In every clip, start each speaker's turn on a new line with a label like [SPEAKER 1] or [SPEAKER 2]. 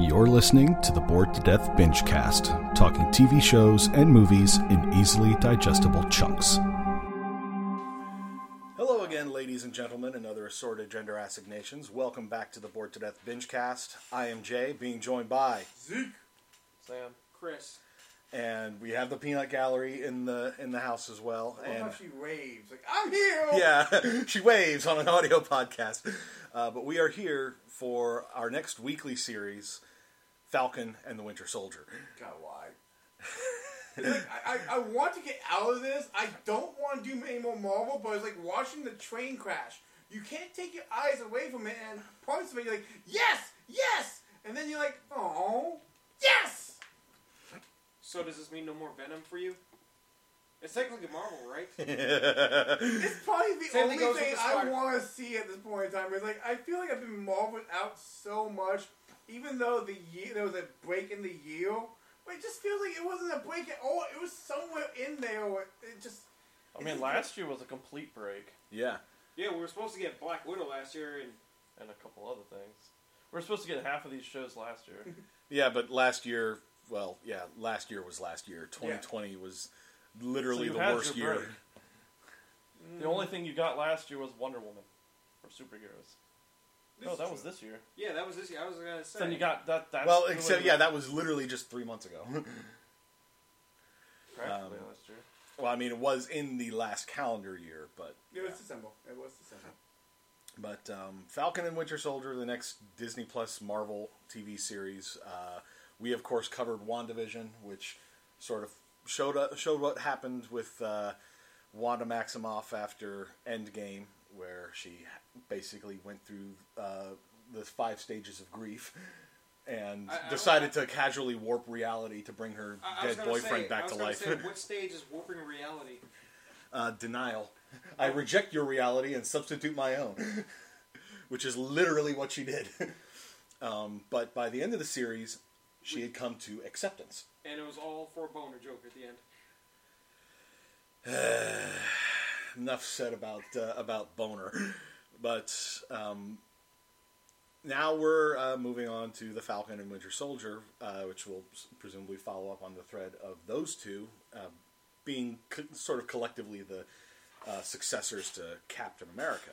[SPEAKER 1] You're listening to the Bored to Death Bingecast, talking TV shows and movies in easily digestible chunks. Hello again, ladies and gentlemen, and other assorted gender assignations. Welcome back to the Bored to Death Bingecast. I am Jay, being joined by,
[SPEAKER 2] Sam. Chris.
[SPEAKER 1] and we have the Peanut Gallery in the in the house as well.
[SPEAKER 3] Oh,
[SPEAKER 4] I love
[SPEAKER 1] And
[SPEAKER 4] how she waves like I'm here.
[SPEAKER 1] yeah, she waves on an audio podcast. Uh, but we are here for our next weekly series, Falcon and the Winter Soldier.
[SPEAKER 4] God, why? It's like, I, I, I want to get out of this. I don't want to do any more Marvel, but it's like watching the train crash. You can't take your eyes away from it, and parts of it you're like, yes, yes, and then you're like, oh, yes.
[SPEAKER 2] So does this mean no more Venom for you? It's technically Marvel, right?
[SPEAKER 4] It's probably the
[SPEAKER 2] Same thing
[SPEAKER 4] only
[SPEAKER 2] goes with
[SPEAKER 4] thing
[SPEAKER 2] the
[SPEAKER 4] I
[SPEAKER 2] Spider-
[SPEAKER 4] want to see at this point in time. It's like I feel like I've been marveled out so much, even though the year there was a break in the year. But it just feels like it wasn't a break at all. It was somewhere in there. Where it just
[SPEAKER 3] I mean, last year was a complete break,
[SPEAKER 1] Yeah.
[SPEAKER 2] yeah, we were supposed to get Black Widow last year, and
[SPEAKER 3] and a couple other things. We are supposed to get half of these shows last year.
[SPEAKER 1] Yeah, but last year, well, yeah, last year was last year. 2020 was literally
[SPEAKER 3] So you
[SPEAKER 1] the
[SPEAKER 3] had
[SPEAKER 1] worst
[SPEAKER 3] your
[SPEAKER 1] year.
[SPEAKER 3] break. The only thing you got last year was Wonder Woman, or superheroes. No,
[SPEAKER 2] is
[SPEAKER 3] that was
[SPEAKER 2] true.
[SPEAKER 3] this year.
[SPEAKER 2] Yeah, that was this year. I was gonna say.
[SPEAKER 3] Then you got that. That's
[SPEAKER 1] Well,
[SPEAKER 3] really
[SPEAKER 1] except yeah, that was literally just three months ago.
[SPEAKER 3] practically
[SPEAKER 1] um,
[SPEAKER 3] last year.
[SPEAKER 1] well, I mean, it was in the last calendar year, but
[SPEAKER 4] It was December. It was December.
[SPEAKER 1] but um, Falcon and Winter Soldier, the next Disney Plus Marvel TV series. Uh, we of course covered Wandavision, which sort of showed up, showed what happened with uh, Wanda Maximoff after Endgame, where she basically went through uh, the five stages of grief. And
[SPEAKER 2] I- I
[SPEAKER 1] decided to casually warp reality to bring her
[SPEAKER 2] I, I was
[SPEAKER 1] dead
[SPEAKER 2] gonna
[SPEAKER 1] boyfriend
[SPEAKER 2] say, I
[SPEAKER 1] back
[SPEAKER 2] was
[SPEAKER 1] to
[SPEAKER 2] gonna
[SPEAKER 1] life.
[SPEAKER 2] Say, what stage is warping reality?
[SPEAKER 1] uh, denial. I reject your reality and substitute my own, which is literally what she did. Um, but by the end of the series, she had come to acceptance.
[SPEAKER 2] And it was all for a boner joke at the end.
[SPEAKER 1] Enough said about uh, about boner, but um, now we're uh, moving on to the Falcon and Winter Soldier, uh, which will s- presumably follow up on the thread of those two uh, being co- sort of collectively the uh, successors to Captain America.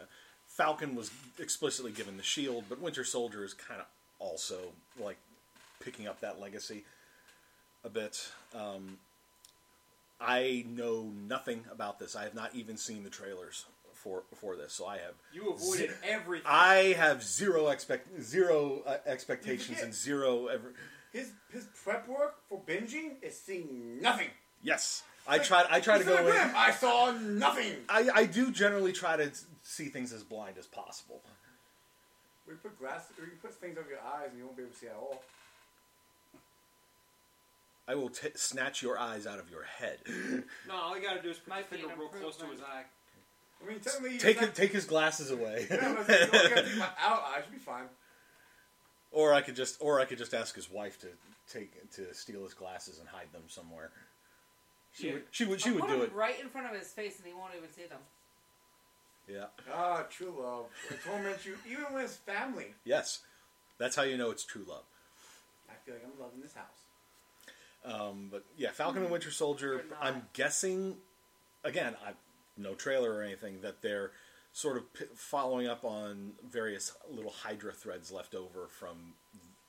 [SPEAKER 1] Falcon was explicitly given the shield, but Winter Soldier is kind of also like picking up that legacy a bit. Um, I know nothing about this. I have not even seen the trailers for for this, so I have
[SPEAKER 2] You avoided everything.
[SPEAKER 1] I have zero expect zero uh, expectations
[SPEAKER 4] You
[SPEAKER 1] and zero ever.
[SPEAKER 4] His his prep work for binging is seeing nothing.
[SPEAKER 1] Yes, I try. I try to
[SPEAKER 4] He's
[SPEAKER 1] go
[SPEAKER 4] like,
[SPEAKER 1] in.
[SPEAKER 4] "Ma'am, I saw nothing.
[SPEAKER 1] I, I do generally try to see things as blind as possible.
[SPEAKER 4] We put glass. We put things over your eyes, and you won't be able to see at all.
[SPEAKER 1] I will t- snatch your eyes out of your head.
[SPEAKER 2] no, all you gotta do is put
[SPEAKER 5] Might
[SPEAKER 2] your
[SPEAKER 5] be
[SPEAKER 2] finger
[SPEAKER 5] an
[SPEAKER 2] real close to his eye.
[SPEAKER 4] I mean, technically, you
[SPEAKER 1] Take
[SPEAKER 4] just
[SPEAKER 1] it, take his glasses away,
[SPEAKER 4] have- Yeah, I was like, you don't gotta take my out eye. I should be fine.
[SPEAKER 1] or I could just or I could just ask his wife to take to steal his glasses and hide them somewhere. She
[SPEAKER 2] Yeah.
[SPEAKER 1] would she would she would do it.
[SPEAKER 5] right in front of his face, and he won't even see them.
[SPEAKER 1] Yeah.
[SPEAKER 4] Ah, true love. It torments you even with his family.
[SPEAKER 1] Yes. That's how you know it's true love.
[SPEAKER 4] I feel like I'm loving this house.
[SPEAKER 1] Um, but yeah, Falcon and Winter Soldier.
[SPEAKER 5] Or not.
[SPEAKER 1] I'm guessing, again, I, no trailer or anything, that they're sort of p- following up on various little Hydra threads left over from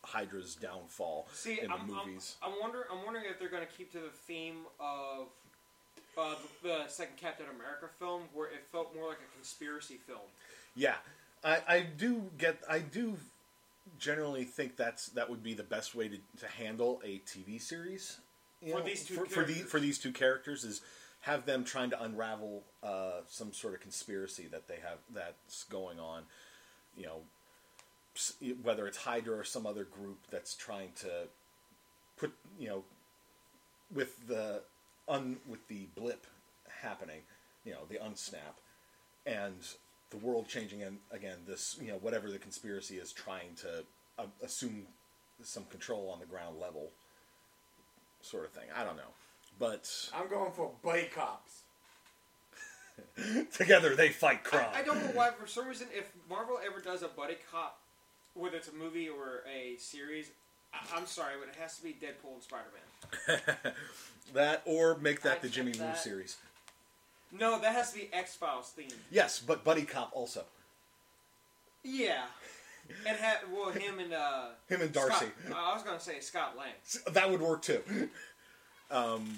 [SPEAKER 1] Hydra's downfall
[SPEAKER 2] See,
[SPEAKER 1] in the
[SPEAKER 2] I'm,
[SPEAKER 1] movies.
[SPEAKER 2] I'm, I'm wonder. I'm wondering if they're gonna keep to the theme of uh, the, the second Captain America film, where it felt more like a conspiracy film.
[SPEAKER 1] yeah, I, I do get. I do generally think that's that would be the best way to, to handle a TV series you
[SPEAKER 2] For these two
[SPEAKER 1] for, for, the,
[SPEAKER 2] characters.
[SPEAKER 1] for these two characters is have them trying to unravel uh, some sort of conspiracy that they have that's going on. You know, s- whether it's Hydra or some other group that's trying to put you know with the un with the blip happening, you know, the unsnap and the world changing and again this you know whatever the conspiracy is trying to uh, assume some control on the ground level sort of thing. I don't know. But
[SPEAKER 4] I'm going for buddy cops.
[SPEAKER 1] together they fight crime.
[SPEAKER 2] I, I don't know why. For some reason, if Marvel ever does a buddy cop whether it's a movie or a series, I- I'm sorry, but it has to be Deadpool and Spider Man.
[SPEAKER 1] that or make that
[SPEAKER 5] I
[SPEAKER 1] the Jimmy
[SPEAKER 5] checked
[SPEAKER 1] Woo
[SPEAKER 5] that.
[SPEAKER 1] series.
[SPEAKER 2] No, that has to be X Files themed.
[SPEAKER 1] Yes, but Buddy Cop also.
[SPEAKER 2] Yeah, and ha- well, him and uh,
[SPEAKER 1] Him and Darcy.
[SPEAKER 2] Scott- uh, I was gonna say Scott Lang.
[SPEAKER 1] That would work too. Um,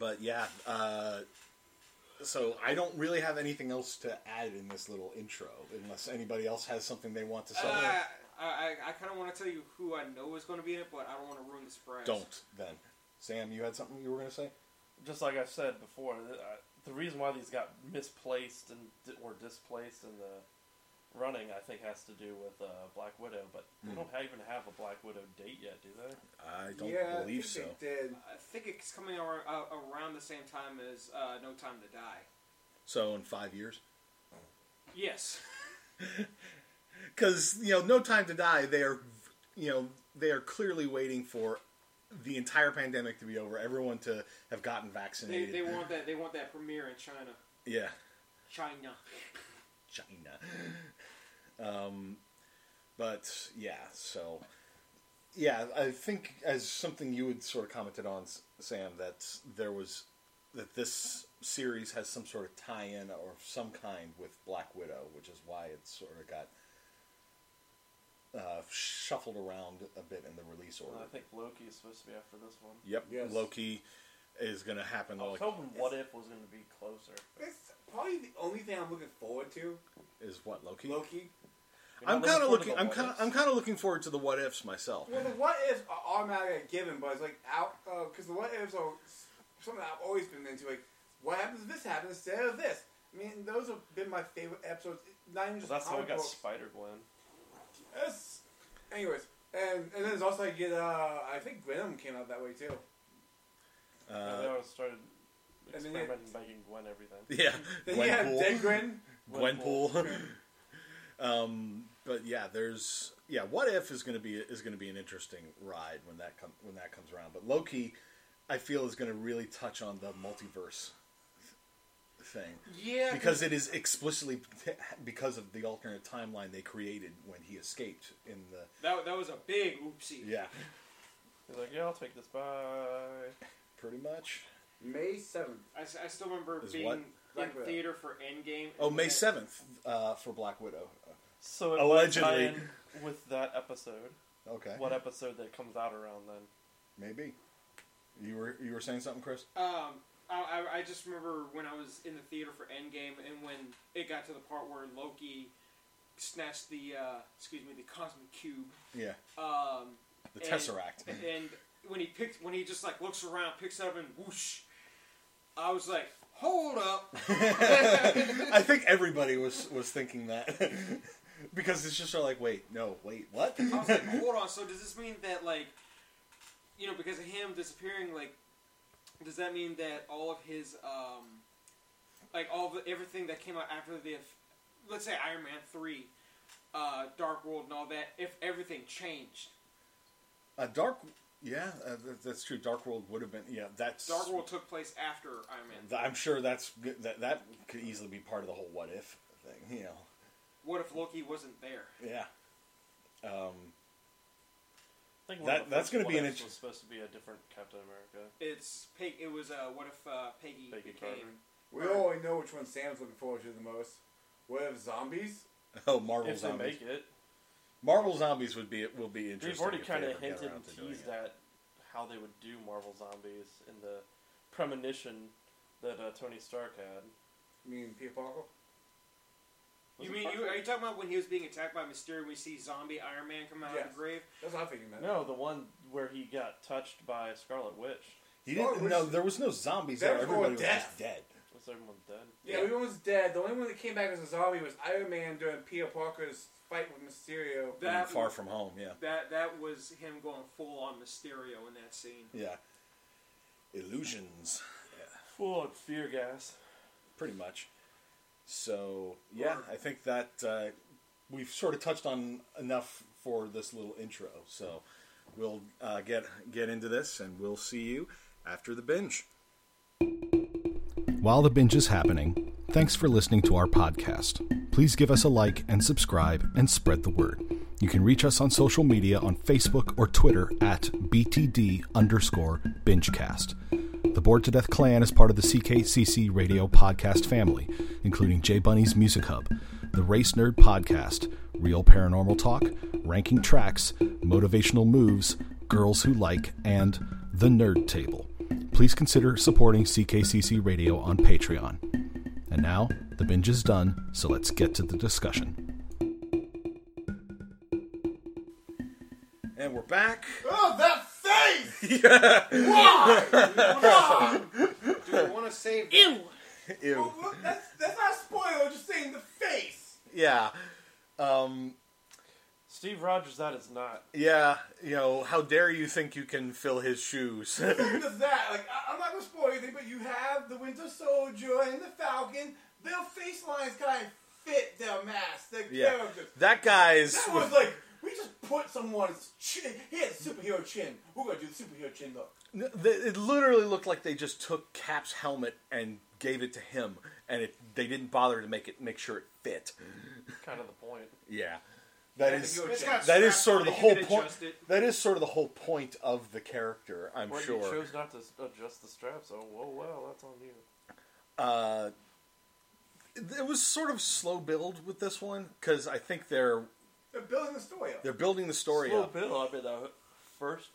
[SPEAKER 1] but yeah, uh, so I don't really have anything else to add in this little intro, unless anybody else has something they want to
[SPEAKER 2] Uh,
[SPEAKER 1] say.
[SPEAKER 2] I I, I kind of want to tell you who I know is going to be in it, but I don't want to ruin the surprise.
[SPEAKER 1] don't then. Sam, you had something you were going to say?
[SPEAKER 3] Just like I said before, th- I- the reason why these got misplaced and di- or displaced in the running, I think, has to do with uh, Black Widow. But they
[SPEAKER 1] Hmm.
[SPEAKER 3] don't ha- even have a Black Widow date yet, do they?
[SPEAKER 1] I
[SPEAKER 4] yeah, I think they Did.
[SPEAKER 2] I think it's coming ar- uh, around the same time as uh, No Time to Die.
[SPEAKER 1] So in five years,
[SPEAKER 2] Yes.
[SPEAKER 1] because you know, No Time to Die, they are, you know, they are clearly waiting for the entire pandemic to be over, everyone to have gotten
[SPEAKER 2] They,
[SPEAKER 1] vaccinated.
[SPEAKER 2] they want that. They want that premiere in China.
[SPEAKER 1] yeah.
[SPEAKER 2] China.
[SPEAKER 1] China. Um, but yeah, so yeah, I think as something you had sort of commented on, S- Sam, that there was that this series has some sort of tie-in or some kind with Black Widow, which is why it sort of got uh, shuffled around a bit in the release order.
[SPEAKER 3] I think Loki is supposed to be after this one.
[SPEAKER 1] Yep,
[SPEAKER 4] Yes.
[SPEAKER 1] Loki is going to happen.
[SPEAKER 3] I was
[SPEAKER 1] Like,
[SPEAKER 3] hoping What If was going to be closer.
[SPEAKER 4] That's probably the only thing I'm looking forward to.
[SPEAKER 1] is what Loki?
[SPEAKER 4] Loki.
[SPEAKER 3] You're
[SPEAKER 1] I'm
[SPEAKER 3] not
[SPEAKER 1] kind of
[SPEAKER 3] forward to
[SPEAKER 1] looking.
[SPEAKER 3] the
[SPEAKER 1] I'm
[SPEAKER 3] What
[SPEAKER 1] kind.
[SPEAKER 3] Ifs?
[SPEAKER 1] I'm kind of looking forward to the what ifs myself.
[SPEAKER 4] Well, the what ifs are automatically a given, but it's like out because the what ifs are something I've always been into. Like, what happens if this happens instead of this? I mean, those have been my favorite episodes. Not even
[SPEAKER 3] Well,
[SPEAKER 4] just
[SPEAKER 3] that's how we
[SPEAKER 4] comic
[SPEAKER 3] got
[SPEAKER 4] books.
[SPEAKER 3] Spider Gwen.
[SPEAKER 4] Yes. Anyways, and and then there's also I get uh I think Venom came out that way too.
[SPEAKER 3] and
[SPEAKER 1] Uh,
[SPEAKER 3] then I started
[SPEAKER 4] and then
[SPEAKER 3] experimenting, making Gwen everything.
[SPEAKER 1] Yeah,
[SPEAKER 4] Then you have Dead Grin.
[SPEAKER 1] Gwenpool. um, but yeah, there's yeah. What if is going to be is going to be an interesting ride when that come when that comes around. But Loki, I feel is going to really touch on the multiverse thing
[SPEAKER 2] Yeah.
[SPEAKER 1] because it is explicitly because of the alternate timeline they created when he escaped in the
[SPEAKER 2] that, that was a big oopsie.
[SPEAKER 1] yeah
[SPEAKER 3] He's like, yeah, I'll take this. Bye.
[SPEAKER 1] pretty much
[SPEAKER 4] May seventh.
[SPEAKER 2] I, s- I still remember
[SPEAKER 1] Is
[SPEAKER 2] being
[SPEAKER 1] what?
[SPEAKER 2] in
[SPEAKER 4] Black Widow.
[SPEAKER 2] theater for Endgame.
[SPEAKER 1] oh
[SPEAKER 2] and
[SPEAKER 1] May
[SPEAKER 2] then-
[SPEAKER 1] seventh uh, for Black Widow
[SPEAKER 3] So it
[SPEAKER 1] Allegedly.
[SPEAKER 3] might tie in with that episode.
[SPEAKER 1] okay
[SPEAKER 3] What episode that comes out around then?
[SPEAKER 1] maybe you were you were saying something Chris
[SPEAKER 2] Um, I, I, I just remember when I was in the theater for Endgame, and when it got to the part where Loki snatched the uh, excuse me the cosmic cube.
[SPEAKER 1] yeah
[SPEAKER 2] Um,
[SPEAKER 1] the
[SPEAKER 2] And-
[SPEAKER 1] Tesseract
[SPEAKER 2] and when he picked when he just like looks around, picks it up, and whoosh. I was like, hold up.
[SPEAKER 1] I think everybody was was thinking that because it's just sort of like, wait, no, wait, what?
[SPEAKER 2] I was like, hold on. So does this mean that like, you know, because of him disappearing, like, does that mean that all of his, um, like all the everything that came out after the, let's say Iron Man three, uh, Dark World and all that, if everything changed,
[SPEAKER 1] A dark, yeah, uh, th- that's true. Dark World would have been, yeah, that's.
[SPEAKER 2] Dark World took place after Iron Man.
[SPEAKER 1] th- I'm sure that's that that could easily be part of the whole what if thing, you know.
[SPEAKER 2] What if Loki wasn't there?
[SPEAKER 1] Yeah. Um,
[SPEAKER 3] I think one of
[SPEAKER 1] That-
[SPEAKER 3] the
[SPEAKER 1] that's
[SPEAKER 3] first
[SPEAKER 1] gonna be
[SPEAKER 3] What
[SPEAKER 1] an
[SPEAKER 3] Ifs
[SPEAKER 1] int-
[SPEAKER 3] was supposed to be a different Captain America.
[SPEAKER 2] It's Peg. It was uh, what if uh, Peggy,
[SPEAKER 3] Peggy
[SPEAKER 2] became?
[SPEAKER 3] Carter.
[SPEAKER 4] We all know which one Sam's looking forward to the most. What if zombies?
[SPEAKER 1] oh, Marvel
[SPEAKER 3] if they
[SPEAKER 1] zombies.
[SPEAKER 3] make it,
[SPEAKER 1] Marvel zombies would be will be interesting.
[SPEAKER 3] we've already
[SPEAKER 1] if they
[SPEAKER 3] kind of
[SPEAKER 1] ever get
[SPEAKER 3] hinted
[SPEAKER 1] around
[SPEAKER 3] and
[SPEAKER 1] to doing
[SPEAKER 3] teased
[SPEAKER 1] it.
[SPEAKER 3] at how they would do Marvel zombies in the premonition that uh, Tony Stark had.
[SPEAKER 4] I mean, Peter Parker.
[SPEAKER 3] Was
[SPEAKER 2] you
[SPEAKER 3] it
[SPEAKER 2] mean you,
[SPEAKER 3] Parker?
[SPEAKER 2] are you talking about when he was being attacked by Mysterio? We see zombie Iron Man come out of
[SPEAKER 4] Yes.
[SPEAKER 2] the grave.
[SPEAKER 4] That's what I'm thinking about.
[SPEAKER 3] No, the one where he got touched by Scarlet Witch.
[SPEAKER 1] He
[SPEAKER 4] Oh,
[SPEAKER 1] didn't.
[SPEAKER 4] it was-
[SPEAKER 1] No, there was no zombies.
[SPEAKER 4] There
[SPEAKER 1] There,
[SPEAKER 4] was more
[SPEAKER 1] everybody was
[SPEAKER 4] death.
[SPEAKER 1] just dead.
[SPEAKER 3] Was everyone dead?
[SPEAKER 4] Yeah, everyone was dead. The only one that came back as a zombie was Iron Man during Peter Parker's fight with
[SPEAKER 1] I
[SPEAKER 4] Mysterio.
[SPEAKER 1] mean,
[SPEAKER 2] That
[SPEAKER 1] far from home. Yeah.
[SPEAKER 2] That that was him going full on Mysterio in that scene.
[SPEAKER 1] Yeah. Illusions.
[SPEAKER 3] Full of fear gas.
[SPEAKER 1] pretty much. So yeah, I think that uh, we've sort of touched on enough for this little intro. So we'll uh, get get into this, and we'll see you after the binge.
[SPEAKER 6] While the binge is happening, thanks for listening to our podcast. Please give us a like and subscribe and spread the word. You can reach us on social media on Facebook or Twitter at BTD underscore bingecast. The Bored to Death Clan is part of the CKCC radio podcast family, including J Bunny's Music Hub, the Race Nerd Podcast, Real Paranormal Talk, Ranking Tracks, Motivational Moves, Girls Who Like, and The Nerd Table. Please consider supporting CKCC Radio on Patreon. And now, the binge is done, so let's get to the discussion.
[SPEAKER 1] And we're back.
[SPEAKER 4] Oh, that face!
[SPEAKER 1] yeah.
[SPEAKER 4] Why? Why?
[SPEAKER 2] Do we want to save?
[SPEAKER 1] Ew.
[SPEAKER 4] Well, look, that's, that's not a spoiler, just saying the face.
[SPEAKER 1] Yeah. Um,
[SPEAKER 3] Steve Rogers, that is not.
[SPEAKER 1] yeah. You know, how dare you think you can fill his shoes?
[SPEAKER 4] Even if that, like, I, I'm not gonna spoil anything, but you have the Winter Soldier and the Falcon. Their face lines kind of fit their mask, their
[SPEAKER 1] yeah.
[SPEAKER 4] characters.
[SPEAKER 1] That guy's.
[SPEAKER 4] That was like, we just put someone's chin. He had superhero chin. We're gonna do the superhero chin look.
[SPEAKER 1] N- th- It literally looked like they just took Cap's helmet and gave it to him, and it, they didn't bother to make it make sure it fit.
[SPEAKER 3] Kind of the point.
[SPEAKER 1] Yeah, that
[SPEAKER 4] Yeah,
[SPEAKER 1] is
[SPEAKER 4] you
[SPEAKER 2] It's
[SPEAKER 4] It's
[SPEAKER 2] got
[SPEAKER 4] got
[SPEAKER 1] that is sort of the whole point.
[SPEAKER 2] Adjust it.
[SPEAKER 1] That is sort of the whole point of the character, I'm
[SPEAKER 3] Well, you
[SPEAKER 1] sure.
[SPEAKER 3] chose not to s- adjust the straps. Oh, whoa, well, that's on you.
[SPEAKER 1] Uh, it was sort of slow build with this one because I think they're
[SPEAKER 4] They're building the story up.
[SPEAKER 1] they're building the story
[SPEAKER 3] Slow
[SPEAKER 1] up.
[SPEAKER 3] build. I mean, the first,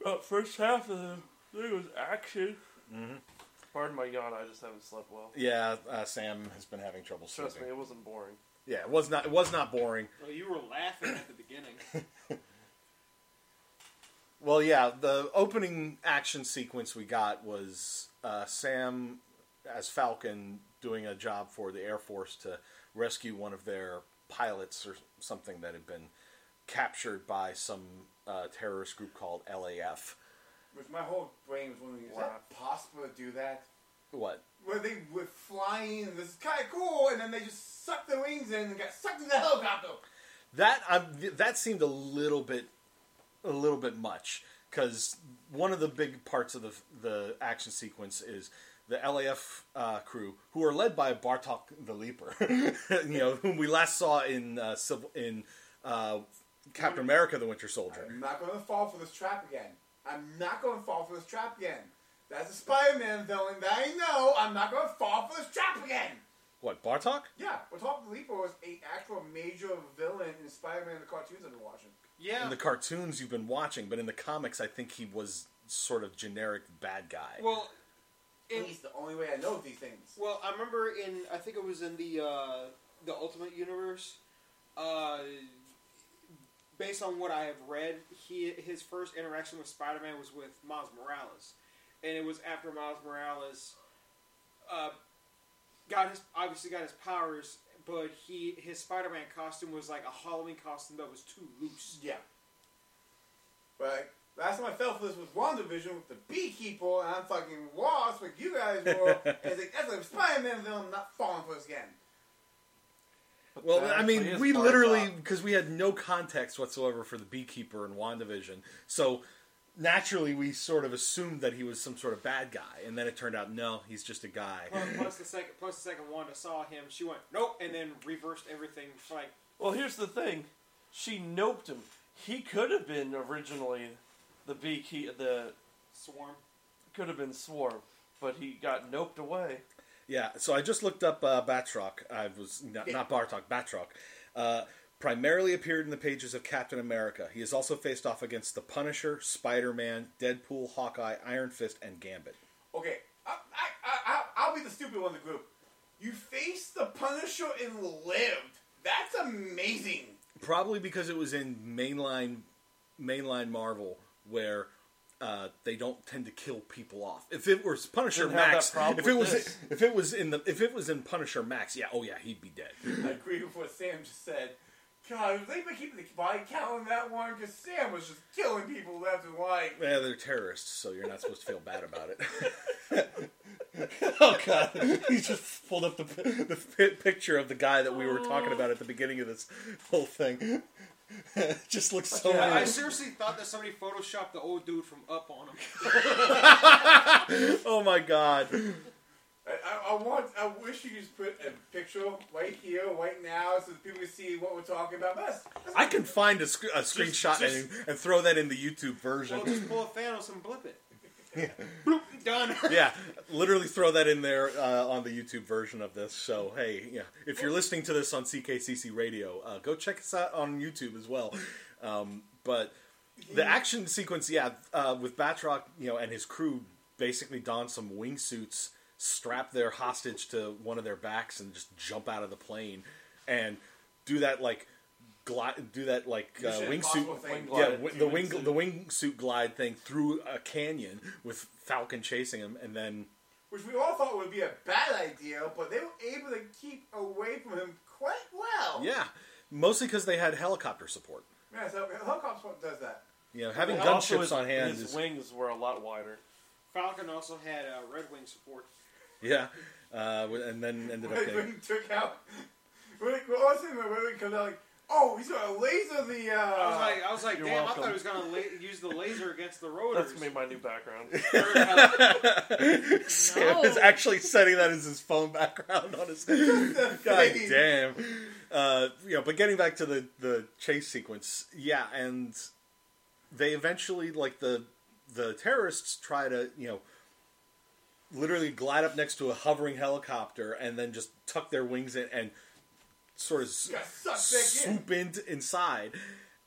[SPEAKER 3] about first half of the thing was action. Mm-hmm. Pardon my yawn. I just haven't slept well.
[SPEAKER 1] Yeah, uh, Sam has been having trouble
[SPEAKER 3] Trust me,
[SPEAKER 1] sleeping.
[SPEAKER 3] it wasn't boring.
[SPEAKER 1] Yeah, it was not it was not boring.
[SPEAKER 2] Well, you were laughing at the beginning.
[SPEAKER 1] Well, yeah, the opening action sequence we got was uh, Sam as Falcon doing a job for the Air Force to rescue one of their pilots or something that had been captured by some uh, terrorist group called LAF.
[SPEAKER 4] Which my whole brain was wondering, is
[SPEAKER 3] Wow.
[SPEAKER 4] that possible to do that?
[SPEAKER 1] What?
[SPEAKER 4] Where they were flying, and this is kind of cool, and then they just sucked their wings in and got sucked into the helicopter.
[SPEAKER 1] That um, that seemed a little bit a little bit much because one of the big parts of the the action sequence is the LAF uh, crew who are led by Bartok the Leaper, you know, whom we last saw in uh, Civil, in uh, Captain America: The Winter Soldier.
[SPEAKER 4] I'm not going to fall for this trap again. I'm not going to fall for this trap again. That's a Spider-Man villain that I know. I'm not going to fall for this trap again.
[SPEAKER 1] What Bartok?
[SPEAKER 4] Yeah, well, Top Leaper was a actual major villain in Spider-Man the cartoons I've been watching.
[SPEAKER 2] Yeah.
[SPEAKER 1] In the cartoons you've been watching, but in the comics, I think he was sort of generic bad guy.
[SPEAKER 2] well, in,
[SPEAKER 4] He's the only way I know of these things.
[SPEAKER 2] well, I remember in I think it was in the uh, the Ultimate Universe. Uh, based on what I have read, he his first interaction with Spider-Man was with Miles Morales, and it was after Miles Morales uh, got his obviously got his powers, but he his Spider-Man costume was like a Halloween costume that was too loose.
[SPEAKER 4] Yeah. But last time I fell for this was WandaVision with the Beekeeper, and I'm fucking lost like you guys were. and it's like, that's a Spider-Man villain, I'm not falling for this again.
[SPEAKER 3] But
[SPEAKER 1] Well,
[SPEAKER 3] that
[SPEAKER 1] I
[SPEAKER 3] actually
[SPEAKER 1] mean,
[SPEAKER 3] is
[SPEAKER 1] we
[SPEAKER 3] part
[SPEAKER 1] literally
[SPEAKER 3] of-
[SPEAKER 1] because we had no context whatsoever for the beekeeper in Wandavision, so naturally we sort of assumed that he was some sort of bad guy, and then it turned out no, he's just a guy.
[SPEAKER 2] Plus, plus the second, plus the second Wanda saw him, she went nope, and then reversed everything. Like
[SPEAKER 3] Well, here's the thing. She noped him. He could have been originally the beakey. The
[SPEAKER 2] swarm.
[SPEAKER 3] could have been swarm, but he got noped away.
[SPEAKER 1] yeah, so I just looked up uh, Batroc. I was not, not Bartok, Batroc. Uh, primarily appeared in the pages of Captain America. He has also faced off against the Punisher, Spider-Man, Deadpool, Hawkeye, Iron Fist, and Gambit.
[SPEAKER 4] Okay, I, I, I, I, I'll be the stupid one in the group. You faced the Punisher and lived. That's amazing.
[SPEAKER 1] probably because it was in mainline mainline Marvel where uh, they don't tend to kill people off. If it was Punisher
[SPEAKER 3] Didn't have that
[SPEAKER 1] Max,
[SPEAKER 3] problem
[SPEAKER 1] if it
[SPEAKER 3] with
[SPEAKER 1] was
[SPEAKER 3] this.
[SPEAKER 1] if it was in the if it was in Punisher Max, yeah, oh yeah, he'd be dead.
[SPEAKER 4] I agree with what Sam just said. God, if they've been keeping the body count on that one, because Sam was just killing people left and right.
[SPEAKER 1] Yeah, they're terrorists, so you're not supposed to feel bad about it. oh god, he just pulled up the the pi- picture of the guy that we were talking about at the beginning of this whole thing. just looks so.
[SPEAKER 3] Yeah,
[SPEAKER 2] I, I
[SPEAKER 1] weird.
[SPEAKER 2] seriously thought that somebody photoshopped the old dude from Up on him.
[SPEAKER 1] oh my god.
[SPEAKER 4] I, I, I want. I wish you could just put a picture right here, right now, so that people can see what we're talking about. But That's, that's
[SPEAKER 1] I can find a, sc- a screenshot
[SPEAKER 2] just-
[SPEAKER 1] and, and throw that in the YouTube version.
[SPEAKER 2] Well, just pull a Thanos and blip it. Bloop, done.
[SPEAKER 1] yeah, literally throw that in there uh, on the YouTube version of this. So hey, yeah, if you're listening to this on CKCC Radio, uh, go check us out on YouTube as well. Um, but the action sequence, yeah, uh, with Batroc, you know, and his crew basically don some wingsuits, strap their hostage to one of their backs, and just jump out of the plane and do that like. Glide, do that like uh,
[SPEAKER 4] Mission Impossible
[SPEAKER 1] wingsuit
[SPEAKER 4] thing.
[SPEAKER 3] Wing
[SPEAKER 1] yeah,
[SPEAKER 3] glide,
[SPEAKER 1] wi- the
[SPEAKER 3] human
[SPEAKER 1] wing
[SPEAKER 3] suit.
[SPEAKER 1] the wingsuit glide thing through a canyon with Falcon chasing him, and then
[SPEAKER 4] which we all thought would be a bad idea, but they were able to keep away from him quite well.
[SPEAKER 1] yeah, mostly because they had helicopter support.
[SPEAKER 4] Yeah, so helicopter does that.
[SPEAKER 1] You know, having
[SPEAKER 3] And also
[SPEAKER 1] gunships
[SPEAKER 3] his-
[SPEAKER 1] on hand
[SPEAKER 3] His
[SPEAKER 1] is
[SPEAKER 3] wings were a lot wider.
[SPEAKER 2] Falcon also had uh, Red Wing support.
[SPEAKER 1] yeah, uh, wi- and then ended up
[SPEAKER 4] Red
[SPEAKER 1] getting
[SPEAKER 4] Wing took out. We're like, we're all sitting there, Red Wing comes out like, oh, he's gonna laser the. Uh,
[SPEAKER 2] I was like, I was like,
[SPEAKER 3] You're
[SPEAKER 2] damn, I thought
[SPEAKER 3] welcome.
[SPEAKER 2] he was gonna la- use the laser against the rotors.
[SPEAKER 3] That's gonna be my new background.
[SPEAKER 1] Sam
[SPEAKER 5] No.
[SPEAKER 1] is actually setting that as his phone background on his. God
[SPEAKER 4] thing.
[SPEAKER 1] damn. Uh, you know, but getting back to the the chase sequence, yeah, and they eventually like the the terrorists try to you know literally glide up next to a hovering helicopter and then just tuck their wings in and sort of s-
[SPEAKER 4] Got sucked back in.
[SPEAKER 1] swoop in inside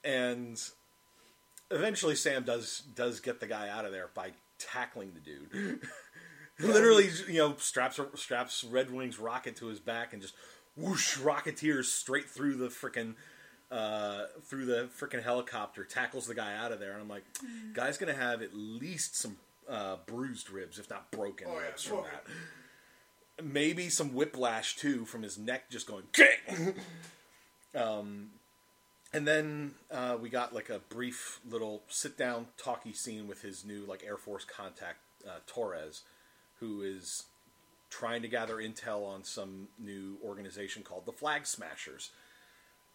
[SPEAKER 1] and eventually Sam does does get the guy out of there by tackling the dude. Literally, you know, straps straps Red Wing's rocket to his back and just whoosh rocketeers straight through the frickin' uh, through the frickin' helicopter, tackles the guy out of there, and I'm like,
[SPEAKER 4] Mm.
[SPEAKER 1] guy's gonna have at least some uh, bruised ribs, if not broken
[SPEAKER 4] Oh, yeah,
[SPEAKER 1] ribs from
[SPEAKER 4] broken.
[SPEAKER 1] that. Maybe some whiplash too from his neck just going. "Gang!" um, and then uh, we got like a brief little sit down talkie scene with his new like Air Force contact uh, Torres, who is trying to gather intel on some new organization called the Flag Smashers.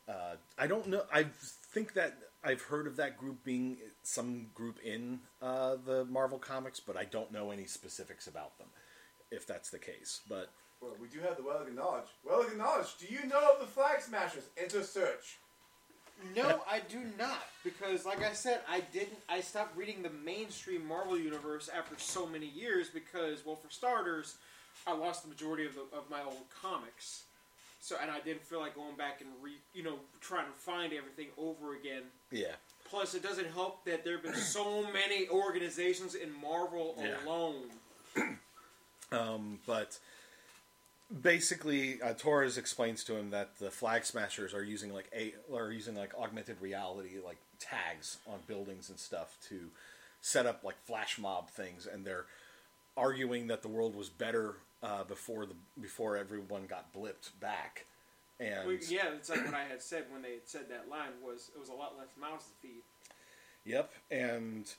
[SPEAKER 1] Uh, I don't know. I think that I've heard of that group being some group in uh, the Marvel comics, but I don't know any specifics about them. If that's the case, but
[SPEAKER 4] Well, we do have the Welligan knowledge. Welligan knowledge. Do you know of the Flag Smashers? Enter search.
[SPEAKER 2] No, I do not, because like I said, I didn't. I stopped reading the mainstream Marvel universe after so many years because, well, for starters, I lost the majority of the, of my old comics, so and I didn't feel like going back and re, you know, trying to find everything over again.
[SPEAKER 1] yeah,
[SPEAKER 2] Plus, it doesn't help that there have been so many organizations in Marvel
[SPEAKER 1] Yeah.
[SPEAKER 2] alone.
[SPEAKER 1] Um, but basically, uh, Torres explains to him that the flag smashers are using like a are using like augmented reality like tags on buildings and stuff to set up like flash mob things, and they're arguing that the world was better uh, before the before everyone got blipped back. And
[SPEAKER 2] We- yeah, it's like what I had said when they had said that line was it was a lot less mouths to feed.
[SPEAKER 1] yep, and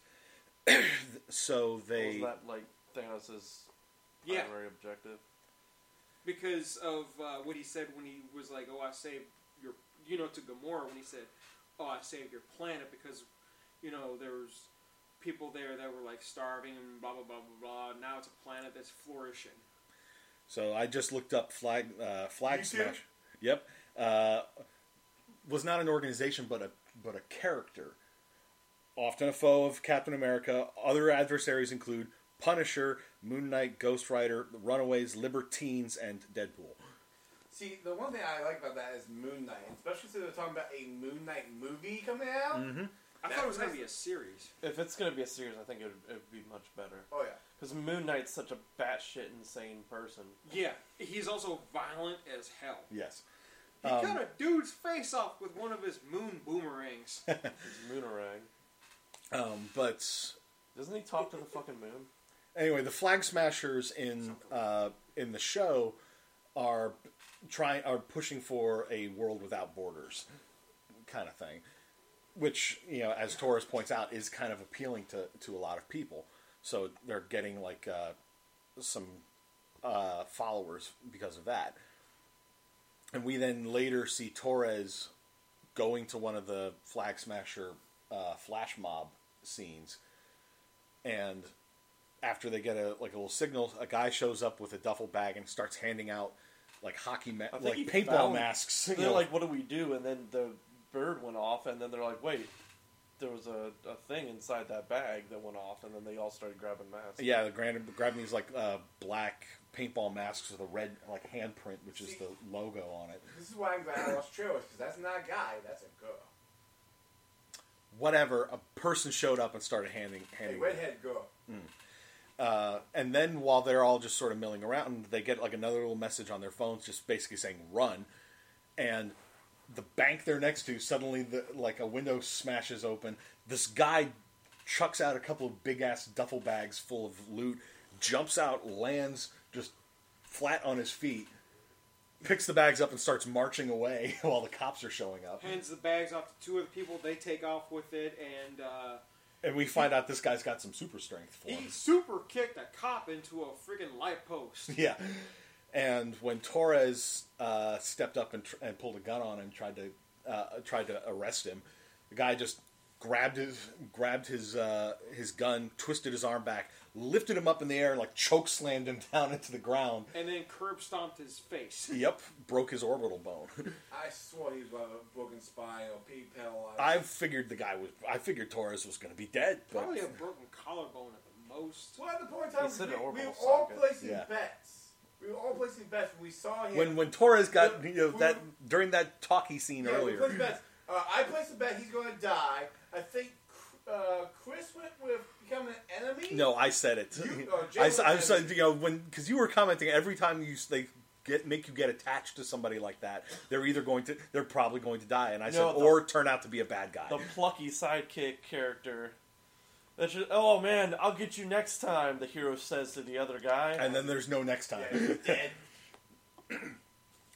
[SPEAKER 1] so they
[SPEAKER 3] Wasn't that like Thanos'
[SPEAKER 2] Yeah.
[SPEAKER 3] primary objective?
[SPEAKER 2] because of uh, what he said when he was like, "Oh, I saved your," you know, to Gamora when he said, "Oh, I saved your planet because, you know, there was people there that were like starving and blah blah blah blah blah. Now it's a planet that's flourishing."
[SPEAKER 1] So I just looked up Flag uh, Flag
[SPEAKER 4] You too?
[SPEAKER 1] Smash. Yep, uh, was not an organization, but a but a character, often a foe of Captain America. Other adversaries include Punisher, Moon Knight, Ghost Rider, The Runaways, Libertines, and Deadpool.
[SPEAKER 4] See, the one thing I like about that is Moon Knight, especially since they're talking about a Moon Knight movie coming out.
[SPEAKER 1] Mm-hmm.
[SPEAKER 2] I thought it was gonna be a series.
[SPEAKER 3] If it's gonna be a series, I think it would it'd be much better.
[SPEAKER 4] Oh yeah.
[SPEAKER 3] Because Moon Knight's such a batshit insane person.
[SPEAKER 2] Yeah, he's also violent as hell.
[SPEAKER 1] Yes,
[SPEAKER 2] He cut a dude's face off with one of his moon boomerangs.
[SPEAKER 3] He's Moonerang.
[SPEAKER 1] um, but
[SPEAKER 3] Doesn't he talk to the fucking moon?
[SPEAKER 1] anyway, the Flag Smashers in uh, in the show are trying are pushing for a world without borders kind of thing, which you know, as Torres points out, is kind of appealing to to a lot of people. So they're getting like uh, some uh, followers because of that. And we then later see Torres going to one of the Flag Smasher uh, flash mob scenes and after they get a like a little signal, a guy shows up with a duffel bag and starts handing out like hockey ma-
[SPEAKER 3] I think
[SPEAKER 1] like
[SPEAKER 3] he
[SPEAKER 1] paintball
[SPEAKER 3] found-
[SPEAKER 1] masks. you
[SPEAKER 3] They're
[SPEAKER 1] know.
[SPEAKER 3] like, what do we do? And then the bird went off, and then they're like, wait, there was a, a thing inside that bag that went off, and then they all started grabbing masks.
[SPEAKER 1] yeah, they're grabbing, grabbing these like uh, black paintball masks with a red like handprint, which is the logo on it.
[SPEAKER 4] This is why I'm glad I lost trailers because that's not a guy, that's a girl.
[SPEAKER 1] Whatever, a person showed up and started handing
[SPEAKER 4] Hey,
[SPEAKER 1] handing.
[SPEAKER 4] redhead girl.
[SPEAKER 1] Uh, and then while they're all just sort of milling around, they get like another little message on their phones, just basically saying "run," and the bank they're next to suddenly the, like a window smashes open. This guy chucks out a couple of big ass duffel bags full of loot, jumps out, lands just flat on his feet, picks the bags up and starts marching away while the cops are showing up.
[SPEAKER 2] Hands the bags off to two of the people. They take off with it, and uh,
[SPEAKER 1] And we find out this guy's got some super strength. For him.
[SPEAKER 2] he super kicked a cop into a freaking light post.
[SPEAKER 1] Yeah. And when Torres uh, stepped up and, tr- and pulled a gun on him, tried to uh, tried to arrest him, the guy just grabbed his grabbed his uh, his gun, twisted his arm back, lifted him up in the air, and like choke slammed him down into the ground.
[SPEAKER 2] And then curb stomped his face.
[SPEAKER 1] Yep, broke his orbital bone.
[SPEAKER 4] I swore he was about a broken spine or pee paralyzed.
[SPEAKER 1] I figured the guy was. I figured Torres was going to be dead. But
[SPEAKER 2] Probably a broken collarbone at the most.
[SPEAKER 4] Well, at the point in time,
[SPEAKER 3] He said
[SPEAKER 4] we,
[SPEAKER 3] it
[SPEAKER 4] we
[SPEAKER 3] orbital
[SPEAKER 4] were all
[SPEAKER 3] socket.
[SPEAKER 4] placing
[SPEAKER 1] Yeah.
[SPEAKER 4] bets. We were all placing bets when we saw him.
[SPEAKER 1] when when Torres got you know
[SPEAKER 4] We
[SPEAKER 1] that
[SPEAKER 4] were-
[SPEAKER 1] during that talkie scene
[SPEAKER 4] yeah, we
[SPEAKER 1] earlier,
[SPEAKER 4] placed bets. Uh, I placed a bet he's going to die. I think uh, Chris went with becoming an enemy.
[SPEAKER 1] No, I said it.
[SPEAKER 4] You- oh, Jay
[SPEAKER 3] uh,
[SPEAKER 1] I,
[SPEAKER 4] was
[SPEAKER 1] am
[SPEAKER 4] saying-
[SPEAKER 1] sorry, you know, when because you were commenting every time you s- they get make you get attached to somebody like that, they're either going to they're probably going to die, and I
[SPEAKER 3] No,
[SPEAKER 1] said
[SPEAKER 3] the-
[SPEAKER 1] or turn out to be a bad guy.
[SPEAKER 3] The plucky sidekick character. That's just, oh man, I'll get you next time. The hero says to the other guy,
[SPEAKER 1] and then there's no next
[SPEAKER 4] Yeah, he's
[SPEAKER 1] time.
[SPEAKER 4] dead.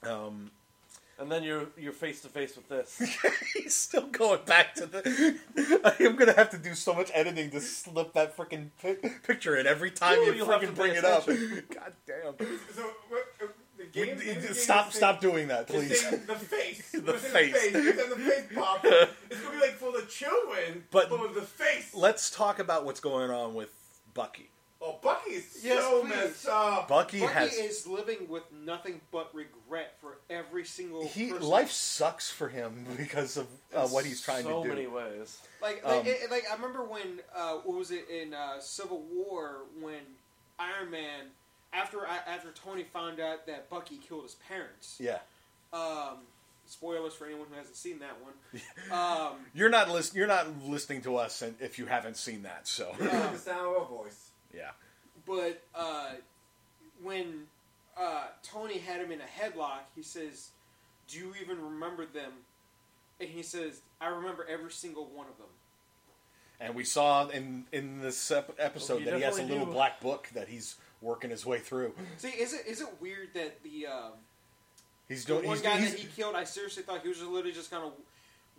[SPEAKER 1] Um,
[SPEAKER 3] and then you're you're face to face with this.
[SPEAKER 1] he's still going back to the. I'm gonna have to do so much editing to slip that freaking pic- picture in every time
[SPEAKER 3] Ooh,
[SPEAKER 1] you
[SPEAKER 3] you'll have to
[SPEAKER 1] freaking
[SPEAKER 3] pay
[SPEAKER 1] bring it up. God damn!
[SPEAKER 4] So uh, uh, the
[SPEAKER 1] We-
[SPEAKER 4] game. the game
[SPEAKER 1] stop!
[SPEAKER 4] is
[SPEAKER 1] Stop
[SPEAKER 4] saying-
[SPEAKER 1] doing that,
[SPEAKER 4] is
[SPEAKER 1] please.
[SPEAKER 4] saying The face.
[SPEAKER 1] The
[SPEAKER 4] We're saying
[SPEAKER 1] face.
[SPEAKER 4] The face. We're saying the face pop. It's gonna be like for the children,
[SPEAKER 1] But-
[SPEAKER 4] but, with the face.
[SPEAKER 1] Let's talk about what's going on with Bucky.
[SPEAKER 4] oh, Bucky is
[SPEAKER 2] Yes,
[SPEAKER 4] so
[SPEAKER 2] please.
[SPEAKER 4] messed up.
[SPEAKER 1] Bucky,
[SPEAKER 2] Bucky
[SPEAKER 1] has
[SPEAKER 2] is living with nothing but regret for every single
[SPEAKER 1] he
[SPEAKER 2] person.
[SPEAKER 1] life sucks for him because of uh, what he's trying
[SPEAKER 3] so
[SPEAKER 1] to do.
[SPEAKER 3] many ways.
[SPEAKER 2] Like, like,
[SPEAKER 1] Um,
[SPEAKER 2] it- like I remember when uh, what was it in uh, Civil War when Iron Man after I- after Tony found out that Bucky killed his parents.
[SPEAKER 1] Yeah,
[SPEAKER 2] Um, spoilers for anyone who hasn't seen that one. Um,
[SPEAKER 1] you're not listen. You're not listening to us, and if you haven't seen that, so
[SPEAKER 4] Like the sound of a voice.
[SPEAKER 1] yeah,
[SPEAKER 2] but uh, when uh, Tony had him in a headlock, he says, "Do you even remember them?" And he says, "I remember every single one of them."
[SPEAKER 1] and we saw in in this ep- episode
[SPEAKER 3] Well, you
[SPEAKER 1] that he has a
[SPEAKER 3] definitely
[SPEAKER 1] little
[SPEAKER 3] do.
[SPEAKER 1] black book that he's working his way through.
[SPEAKER 2] See, is it is it weird that the um,
[SPEAKER 1] He's
[SPEAKER 2] the
[SPEAKER 1] doing.
[SPEAKER 2] one
[SPEAKER 1] He's,
[SPEAKER 2] guy
[SPEAKER 1] he's,
[SPEAKER 2] that he killed? I seriously thought he was just literally just gonna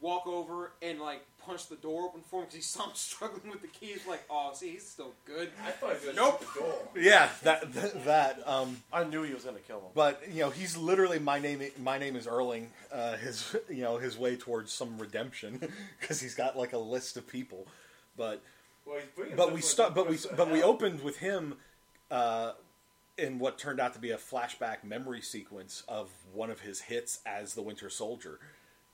[SPEAKER 2] walk over and like punch the door open for him because he saw him struggling with the keys. Like, oh, see, he's still good.
[SPEAKER 4] I thought he was gonna
[SPEAKER 2] Nope.
[SPEAKER 4] shut the door.
[SPEAKER 1] yeah, that that. that um,
[SPEAKER 3] I knew he was going to kill him.
[SPEAKER 1] but you know, he's literally my name. My name is Erling. Uh, his you know his way towards some redemption because he's got like a list of people, but.
[SPEAKER 4] Well, he's bringing
[SPEAKER 1] but we
[SPEAKER 4] someone
[SPEAKER 1] start, but we
[SPEAKER 4] to
[SPEAKER 1] but we
[SPEAKER 4] hell.
[SPEAKER 1] opened with him uh, in what turned out to be a flashback memory sequence of one of his hits as the Winter Soldier,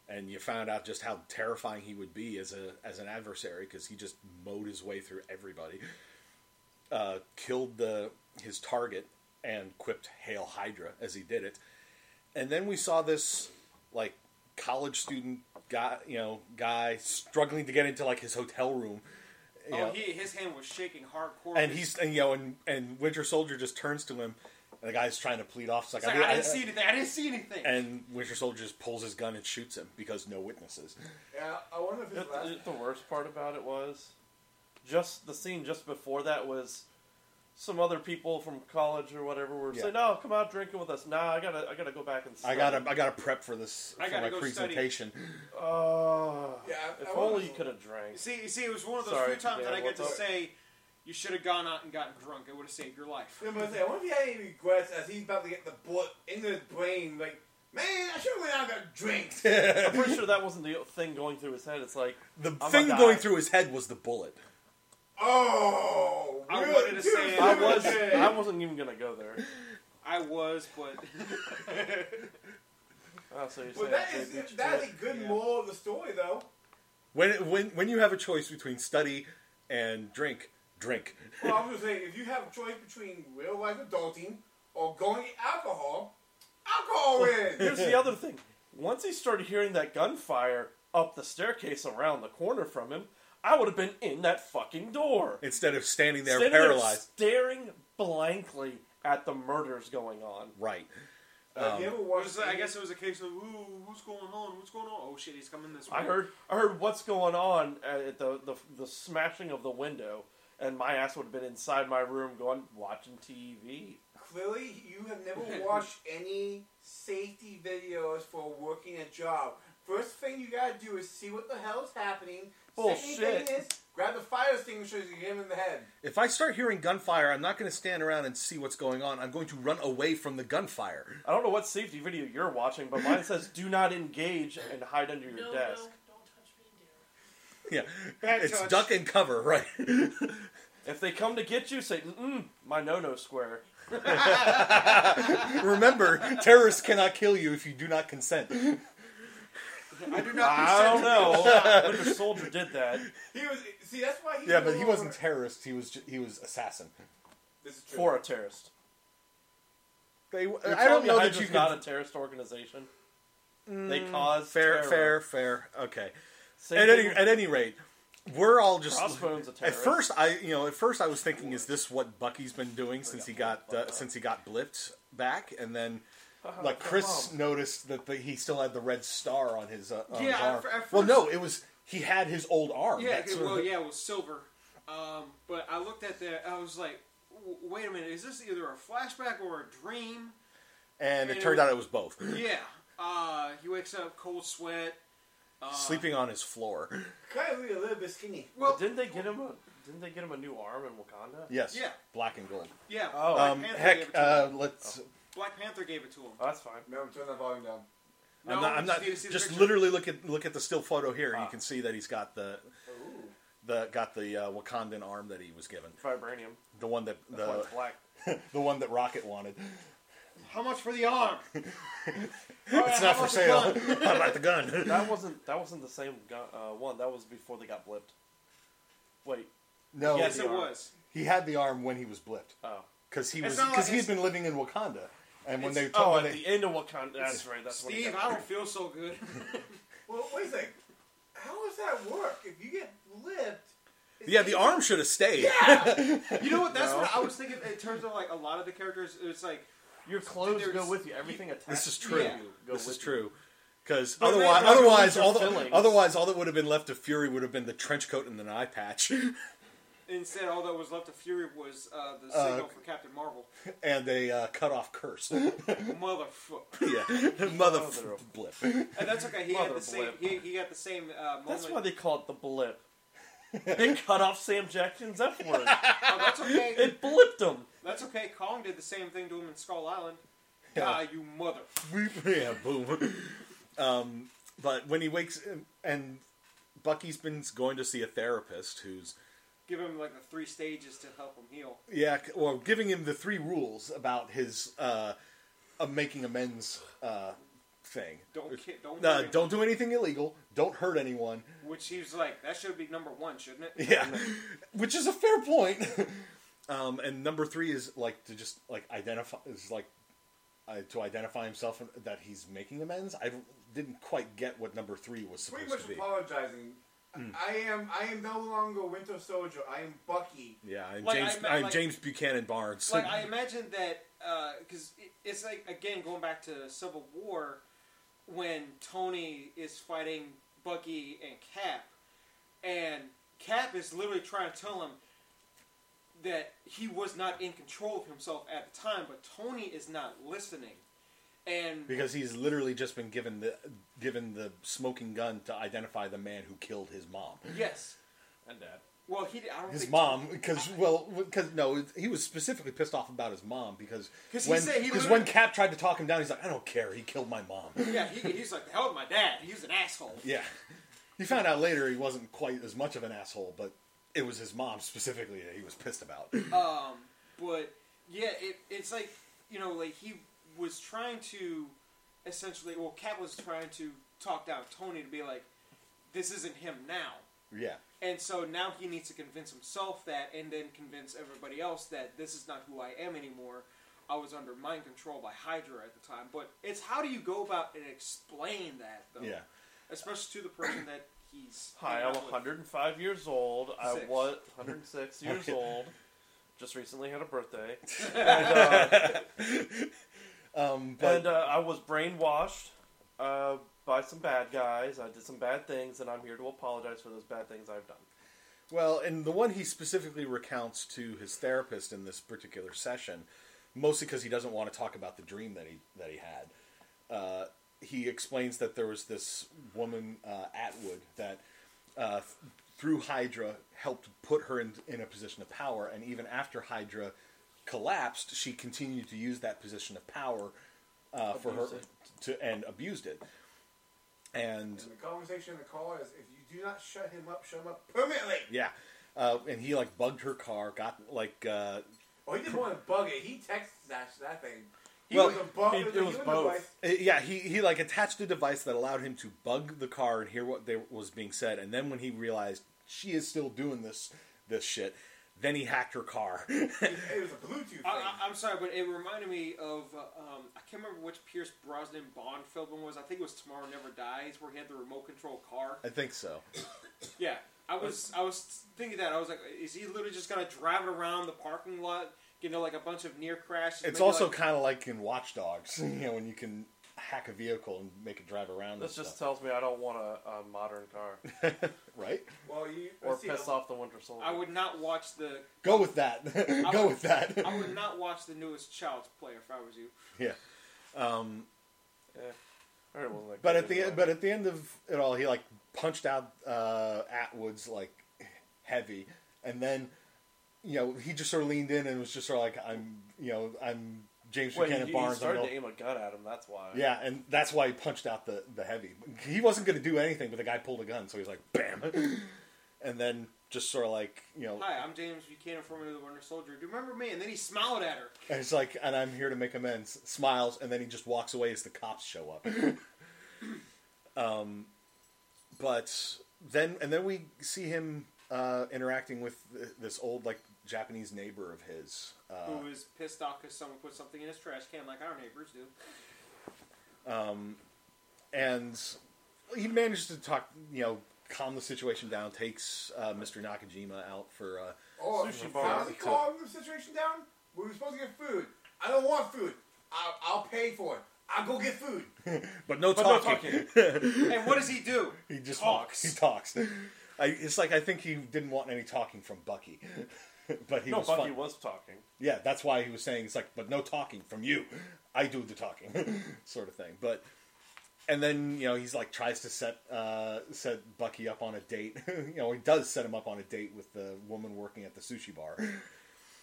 [SPEAKER 1] and you found out just how terrifying he would be as a as an adversary because he just mowed his way through everybody, uh, killed the his target, and quipped "Hail Hydra" as he did it, and then we saw this like college student guy, you know, guy struggling to get into like his hotel room. you
[SPEAKER 2] Oh,
[SPEAKER 1] know
[SPEAKER 2] he his hand was shaking hardcore.
[SPEAKER 1] and he's and, you know and and Winter Soldier just turns to him, and the guy's trying to plead off. It's like,
[SPEAKER 2] It's like,
[SPEAKER 1] I, mean,
[SPEAKER 2] I didn't see anything. I didn't see anything.
[SPEAKER 1] And Winter Soldier just pulls his gun and shoots him because no witnesses.
[SPEAKER 4] Yeah, I wonder if
[SPEAKER 3] You know
[SPEAKER 4] his
[SPEAKER 3] what
[SPEAKER 4] last.
[SPEAKER 3] the, the worst part about it was just the scene just before that was some other people from college or whatever were
[SPEAKER 1] Yeah.
[SPEAKER 3] saying, "No, come out drinking with us." Nah, I gotta, I gotta go back and.
[SPEAKER 1] I
[SPEAKER 3] Study.
[SPEAKER 1] gotta I gotta prep for this
[SPEAKER 2] I
[SPEAKER 1] for
[SPEAKER 2] gotta
[SPEAKER 1] my
[SPEAKER 2] go study.
[SPEAKER 1] presentation.
[SPEAKER 3] Oh,
[SPEAKER 4] Yeah, I-
[SPEAKER 3] if
[SPEAKER 4] I
[SPEAKER 3] only
[SPEAKER 4] was-
[SPEAKER 3] you could have drank.
[SPEAKER 2] See, you see, it was one of those
[SPEAKER 3] Sorry,
[SPEAKER 2] few times that
[SPEAKER 3] Dan,
[SPEAKER 2] I get to
[SPEAKER 3] what's up?
[SPEAKER 2] say, "You should have gone out and gotten drunk. It would have saved your life."
[SPEAKER 4] Yeah, but I was like, I wonder if he had any regrets as he's about to get the bullet into his brain. Like, man, I should have went out and got drinks.
[SPEAKER 3] I'm pretty sure that wasn't the thing going through his head. It's like
[SPEAKER 1] The
[SPEAKER 3] I'm
[SPEAKER 1] thing
[SPEAKER 3] a guy.
[SPEAKER 1] going through his head was the bullet.
[SPEAKER 4] Oh,
[SPEAKER 2] I
[SPEAKER 4] really?
[SPEAKER 2] wanted to
[SPEAKER 4] Dude,
[SPEAKER 2] say it.
[SPEAKER 3] I was
[SPEAKER 4] okay.
[SPEAKER 3] I wasn't even gonna go there.
[SPEAKER 2] I was, but
[SPEAKER 3] Oh, so you're
[SPEAKER 4] Well,
[SPEAKER 3] saying
[SPEAKER 4] that
[SPEAKER 3] I
[SPEAKER 4] is
[SPEAKER 3] beat you
[SPEAKER 4] that
[SPEAKER 3] to
[SPEAKER 4] is
[SPEAKER 3] it.
[SPEAKER 4] a good
[SPEAKER 2] Yeah.
[SPEAKER 4] moral of the story, though.
[SPEAKER 1] When when when you have a choice between study and drink, drink.
[SPEAKER 4] Well, I'm just saying, if you have a choice between real life adulting or going alcohol, alcohol
[SPEAKER 3] Here's
[SPEAKER 4] wins.
[SPEAKER 3] the other thing. Once he started hearing that gunfire up the staircase around the corner from him, I would have been in that fucking door.
[SPEAKER 1] Instead of standing there
[SPEAKER 3] Standing there
[SPEAKER 1] paralyzed.
[SPEAKER 3] staring blankly at the murders going on.
[SPEAKER 1] Right.
[SPEAKER 4] Have you ever
[SPEAKER 2] it
[SPEAKER 4] watched?
[SPEAKER 2] was, I guess it was a case of ooh, what's going on? What's going on? Oh shit, he's coming this way.
[SPEAKER 3] I heard I heard what's going on at the the, the smashing of the window, and my ass would have been inside my room going watching TV.
[SPEAKER 4] Clearly, you have never watched any safety videos for working a job. First thing you gotta do is see what the hell is happening. Second
[SPEAKER 3] Bullshit.
[SPEAKER 4] thing is grab the fire extinguisher and get him in the head.
[SPEAKER 1] If I start hearing gunfire, I'm not going to stand around and see what's going on. I'm going to run away from the gunfire.
[SPEAKER 3] I don't know what safety video you're watching, but mine says do not engage and hide under your
[SPEAKER 7] No,
[SPEAKER 3] desk.
[SPEAKER 7] no, don't touch me, dear.
[SPEAKER 1] Yeah.
[SPEAKER 2] Bad
[SPEAKER 1] it's
[SPEAKER 2] touch.
[SPEAKER 1] duck and cover, right?
[SPEAKER 3] If they come to get you, say mm, my no no square.
[SPEAKER 1] Remember, terrorists cannot kill you if you do not consent.
[SPEAKER 2] I do not.
[SPEAKER 3] I don't know, but if a soldier did that,
[SPEAKER 4] He was see that's why he
[SPEAKER 1] Yeah,
[SPEAKER 4] was
[SPEAKER 1] but he
[SPEAKER 4] all
[SPEAKER 1] wasn't
[SPEAKER 4] over-
[SPEAKER 1] terrorist. He was ju- he was assassin.
[SPEAKER 4] This is true.
[SPEAKER 3] for a terrorist.
[SPEAKER 1] They,
[SPEAKER 3] You're
[SPEAKER 1] I
[SPEAKER 3] telling
[SPEAKER 1] don't
[SPEAKER 3] me
[SPEAKER 1] know that
[SPEAKER 3] Hydra's
[SPEAKER 1] you can.
[SPEAKER 3] not a terrorist organization.
[SPEAKER 2] Mm,
[SPEAKER 3] they cause
[SPEAKER 1] fair, fair,
[SPEAKER 3] terror.
[SPEAKER 1] fair. Okay.
[SPEAKER 3] Same
[SPEAKER 1] At
[SPEAKER 3] thing
[SPEAKER 1] any
[SPEAKER 3] with
[SPEAKER 1] at any rate, we're all just
[SPEAKER 3] Crossbones a
[SPEAKER 1] At
[SPEAKER 3] terrorist.
[SPEAKER 1] first, I you know at first I was thinking, is this what Bucky's been doing since he got uh, since he got blipped back? And then,
[SPEAKER 2] Oh,
[SPEAKER 1] like Chris noticed that the, he still had the red star on his uh, on his
[SPEAKER 2] Yeah, at
[SPEAKER 1] arm.
[SPEAKER 2] fir- at
[SPEAKER 1] well,
[SPEAKER 2] first-
[SPEAKER 1] no, it was he had his old arm.
[SPEAKER 2] Yeah,
[SPEAKER 1] That's
[SPEAKER 2] it-
[SPEAKER 1] sort of-
[SPEAKER 2] well, yeah, it was silver. Um, but I looked at that. I was like, w- wait a minute, is this either a flashback or a dream?
[SPEAKER 1] And it
[SPEAKER 2] and it
[SPEAKER 1] turned
[SPEAKER 2] was-
[SPEAKER 1] out it was both.
[SPEAKER 2] Yeah. Uh, he wakes up cold sweat. Uh,
[SPEAKER 1] Sleeping on his floor.
[SPEAKER 4] Kylie a little bit skinny.
[SPEAKER 2] Well,
[SPEAKER 3] Didn't they get him a Didn't they get him a new arm in Wakanda?
[SPEAKER 1] Yes.
[SPEAKER 2] Yeah.
[SPEAKER 1] Black and gold.
[SPEAKER 2] yeah.
[SPEAKER 3] Oh.
[SPEAKER 2] Black
[SPEAKER 1] Um,
[SPEAKER 2] Panther gave
[SPEAKER 1] heck,
[SPEAKER 2] it to
[SPEAKER 1] uh,
[SPEAKER 2] him.
[SPEAKER 1] let's.
[SPEAKER 2] Black Panther gave it to him.
[SPEAKER 3] Oh, that's fine.
[SPEAKER 4] Remember, turn that volume down.
[SPEAKER 2] No,
[SPEAKER 1] I'm not. I'm
[SPEAKER 2] just
[SPEAKER 1] not
[SPEAKER 2] need to see the
[SPEAKER 1] just
[SPEAKER 2] picture.
[SPEAKER 1] literally look at look at the still photo here. You
[SPEAKER 3] Ah.
[SPEAKER 1] can see that he's got the
[SPEAKER 4] Ooh.
[SPEAKER 1] the got the uh, Wakandan arm that he was given.
[SPEAKER 3] Vibranium.
[SPEAKER 1] The one that
[SPEAKER 3] That's why
[SPEAKER 1] the
[SPEAKER 3] it's black.
[SPEAKER 1] the one that Rocket wanted.
[SPEAKER 2] How much for the arm?
[SPEAKER 1] It's not for sale. How about the gun?
[SPEAKER 3] That wasn't that wasn't the same gun, uh, one. That was before they got blipped. Wait.
[SPEAKER 1] No,
[SPEAKER 2] yes,
[SPEAKER 3] the
[SPEAKER 2] it
[SPEAKER 3] arm.
[SPEAKER 2] was.
[SPEAKER 1] he had the arm when he was blipped
[SPEAKER 3] Oh.
[SPEAKER 1] because he
[SPEAKER 2] It's
[SPEAKER 1] was
[SPEAKER 2] not
[SPEAKER 1] because
[SPEAKER 2] like
[SPEAKER 1] he had
[SPEAKER 2] it's-
[SPEAKER 1] been living in Wakanda, and when they told
[SPEAKER 3] Oh,
[SPEAKER 1] when
[SPEAKER 3] at
[SPEAKER 1] they-
[SPEAKER 3] the end of Wakanda. That's right. That's when he
[SPEAKER 2] Steve,
[SPEAKER 3] got
[SPEAKER 2] I
[SPEAKER 3] blipped.
[SPEAKER 2] don't feel so good.
[SPEAKER 4] Well, wait a second. How does that work? If you get lipped,
[SPEAKER 1] yeah, the arm should have stayed.
[SPEAKER 2] you know what? That's
[SPEAKER 3] No.
[SPEAKER 2] what I was thinking in terms of like a lot of the characters. It's like
[SPEAKER 3] Your clothes
[SPEAKER 2] There's-
[SPEAKER 3] go with you. Everything attaches.
[SPEAKER 1] This is true.
[SPEAKER 2] Yeah.
[SPEAKER 3] Go
[SPEAKER 1] This
[SPEAKER 3] with
[SPEAKER 1] is
[SPEAKER 3] you.
[SPEAKER 1] true. Because
[SPEAKER 3] But they-
[SPEAKER 1] otherwise,
[SPEAKER 3] they're gonna
[SPEAKER 1] otherwise,
[SPEAKER 3] lose their
[SPEAKER 1] all the,
[SPEAKER 3] fillings.
[SPEAKER 1] otherwise, all that would have been left of Fury would have been the trench coat and an eye patch,
[SPEAKER 2] instead, all that was left of Fury was uh, the
[SPEAKER 1] Uh,
[SPEAKER 2] signal for Captain Marvel.
[SPEAKER 1] and a uh, cut off curse.
[SPEAKER 2] Motherfucker.
[SPEAKER 1] yeah, mother f-
[SPEAKER 3] Mother.
[SPEAKER 1] blip.
[SPEAKER 2] And that's okay. He had
[SPEAKER 3] Mother
[SPEAKER 2] the same.
[SPEAKER 3] blip.
[SPEAKER 2] He, he got the same uh, moment.
[SPEAKER 3] That's why they call it the blip. they cut off Sam Jackson's F word.
[SPEAKER 2] Oh, that's okay.
[SPEAKER 3] It blipped him.
[SPEAKER 2] That's okay. Kong did the same thing to him in Skull Island.
[SPEAKER 1] Yeah.
[SPEAKER 2] Die, you mother.
[SPEAKER 1] yeah, boom. Um, but when he wakes, and Bucky's been going to see a therapist who's
[SPEAKER 2] Give him like the three stages to help him heal.
[SPEAKER 1] Yeah, c- well, giving him the three rules about his uh, uh, making amends uh, thing.
[SPEAKER 2] Don't ki- don't
[SPEAKER 1] Uh,
[SPEAKER 2] hurt him.
[SPEAKER 1] don't do anything illegal. Don't hurt anyone.
[SPEAKER 2] Which he was like, that should be number one, shouldn't it?
[SPEAKER 1] Yeah, which is a fair point. uh, um, and number three is like to just like identify is like uh, to identify himself and that he's making amends. I didn't quite get what number three was
[SPEAKER 4] pretty
[SPEAKER 1] supposed
[SPEAKER 4] much
[SPEAKER 1] to be.
[SPEAKER 4] apologizing. I am. I am no longer Winter Soldier. I am Bucky.
[SPEAKER 1] Yeah, I'm
[SPEAKER 2] Like,
[SPEAKER 1] James.
[SPEAKER 2] I meant,
[SPEAKER 1] I'm
[SPEAKER 2] like-
[SPEAKER 1] James Buchanan Barnes.
[SPEAKER 2] Like I imagine that because it, it's like again going back to Civil War when Tony is fighting Bucky and Cap, and Cap is literally trying to tell him that he was not in control of himself at the time, but Tony is not listening, and
[SPEAKER 1] because he's literally just been given the given the smoking gun to identify the man who killed his mom.
[SPEAKER 2] yes,
[SPEAKER 3] And dad.
[SPEAKER 2] well he I don't
[SPEAKER 1] His
[SPEAKER 2] think
[SPEAKER 1] mom, because well, because no, he was specifically pissed off about his mom because
[SPEAKER 2] 'Cause he
[SPEAKER 1] when
[SPEAKER 2] said he
[SPEAKER 1] because
[SPEAKER 2] literally-
[SPEAKER 1] when Cap tried to talk him down, he's like, I don't care, he killed my mom.
[SPEAKER 2] yeah he, he's like the hell with my dad he was an asshole
[SPEAKER 1] yeah, he found out later he wasn't quite as much of an asshole, but it was his mom specifically that he was pissed about.
[SPEAKER 2] Um, but yeah, it, it's like you know, like he was trying to essentially, well, Cat was trying to talk down Tony to be like, this isn't him now,
[SPEAKER 1] yeah,
[SPEAKER 2] and so now he needs to convince himself that, and then convince everybody else that this is not who I am anymore. I was under mind control by Hydra at the time, but it's how do you go about and explain that though?
[SPEAKER 1] yeah.
[SPEAKER 2] especially to the person that he's.
[SPEAKER 3] Hi,
[SPEAKER 2] hanging
[SPEAKER 3] I'm
[SPEAKER 2] out with.
[SPEAKER 3] 105 years old. I
[SPEAKER 2] Six.
[SPEAKER 3] was 106 years old. Just recently had a birthday, and, uh,
[SPEAKER 1] Um, but
[SPEAKER 3] and uh, I was brainwashed uh, by some bad guys. I did some bad things, and I'm here to apologize for those bad things I've done.
[SPEAKER 1] Well, and the one he specifically recounts to his therapist in this particular session, mostly because he doesn't want to talk about the dream that he that he had. Uh, he explains that there was this woman uh, Atwood that, uh, th- through Hydra, helped put her in, in a position of power, and even after Hydra collapsed, she continued to use that position of power uh, for her
[SPEAKER 3] Abused it.
[SPEAKER 1] to and abused it. And
[SPEAKER 4] And the conversation in the call is if you do not shut him up, shut him up permanently.
[SPEAKER 1] yeah, uh, and he like bugged her car, got like. Uh,
[SPEAKER 4] Oh, he didn't want to bug it. He text snatched that thing. He
[SPEAKER 1] Well,
[SPEAKER 4] was a bug.
[SPEAKER 3] he-
[SPEAKER 4] it was,
[SPEAKER 3] it
[SPEAKER 4] a
[SPEAKER 3] was
[SPEAKER 4] human
[SPEAKER 3] both.
[SPEAKER 4] device.
[SPEAKER 1] Uh, Yeah, he, he like attached a device that allowed him to bug the car and hear what they, was being said. And then when he realized she is still doing this this shit, then he hacked her car.
[SPEAKER 4] It was a Bluetooth thing.
[SPEAKER 2] I, I, I'm sorry, but it reminded me of uh, um, I can't remember which Pierce Brosnan Bond film it was. I think it was Tomorrow Never Dies, where he had the remote control car.
[SPEAKER 1] I think so.
[SPEAKER 2] Yeah, I was I was thinking that I was like, is he literally just gonna drive it around the parking lot, you know, like a bunch of near crashes?
[SPEAKER 1] It's
[SPEAKER 2] maybe
[SPEAKER 1] also
[SPEAKER 2] like,
[SPEAKER 1] kind of like in Watch Dogs, you know, when you can hack a vehicle and make it drive around.
[SPEAKER 3] This
[SPEAKER 1] and
[SPEAKER 3] just
[SPEAKER 1] stuff.
[SPEAKER 3] tells me I don't want a, a modern car
[SPEAKER 1] right.
[SPEAKER 4] well, you
[SPEAKER 3] or
[SPEAKER 4] let's see,
[SPEAKER 3] piss off the Winter Soldier.
[SPEAKER 2] I would not watch the
[SPEAKER 1] Go with that. Go
[SPEAKER 2] would-
[SPEAKER 1] with that.
[SPEAKER 2] I would not watch the newest Child's Play if I was you.
[SPEAKER 1] yeah. Um,
[SPEAKER 3] Yeah. I heard it wasn't that
[SPEAKER 1] but
[SPEAKER 3] good
[SPEAKER 1] at the
[SPEAKER 3] anyway.
[SPEAKER 1] but at the end of it all, he like punched out uh, Atwood's like heavy, and then you know he just sort of leaned in and was just sort of like I'm you know I'm James
[SPEAKER 3] Wait,
[SPEAKER 1] Buchanan
[SPEAKER 3] he, he
[SPEAKER 1] Barnes. I'm
[SPEAKER 3] started
[SPEAKER 1] an
[SPEAKER 3] to aim a gun at him. That's why.
[SPEAKER 1] old- yeah, and that's why he punched out the the heavy. He wasn't going to do anything, but the guy pulled a gun, so he's like bam, and then just sort of like you know
[SPEAKER 2] Hi, I'm James Buchanan from the Winter Soldier. Do you remember me? And then he smiled at her.
[SPEAKER 1] and it's like and I'm here to make amends. Smiles and then he just walks away as the cops show up. um, but then and then we see him uh, interacting with th- this old like Japanese neighbor of his. Uh,
[SPEAKER 2] who was pissed off because someone put something in his trash can like our neighbors do.
[SPEAKER 1] and he manages to talk, you know, calm the situation down. Takes uh, Mr. Nakajima out for. Uh,
[SPEAKER 4] Oh,
[SPEAKER 3] Sushi
[SPEAKER 4] sushi
[SPEAKER 3] bar.
[SPEAKER 4] bar. the calm the situation down. We were supposed to get food. I don't want food. I'll, I'll pay for it. I'll go get food.
[SPEAKER 1] but no
[SPEAKER 3] But no
[SPEAKER 1] talking.
[SPEAKER 3] talking.
[SPEAKER 2] and what does he do?
[SPEAKER 1] He just
[SPEAKER 2] Talks.
[SPEAKER 1] talks. He talks. I, it's like I think he didn't want any talking from Bucky, but he
[SPEAKER 3] no,
[SPEAKER 1] was
[SPEAKER 3] Bucky
[SPEAKER 1] fun.
[SPEAKER 3] was talking.
[SPEAKER 1] Yeah, that's why he was saying it's like, but no talking from you. I do the talking, sort of thing. But and then you know he's like tries to set uh, set Bucky up on a date. you know he does set him up on a date with the woman working at the sushi bar.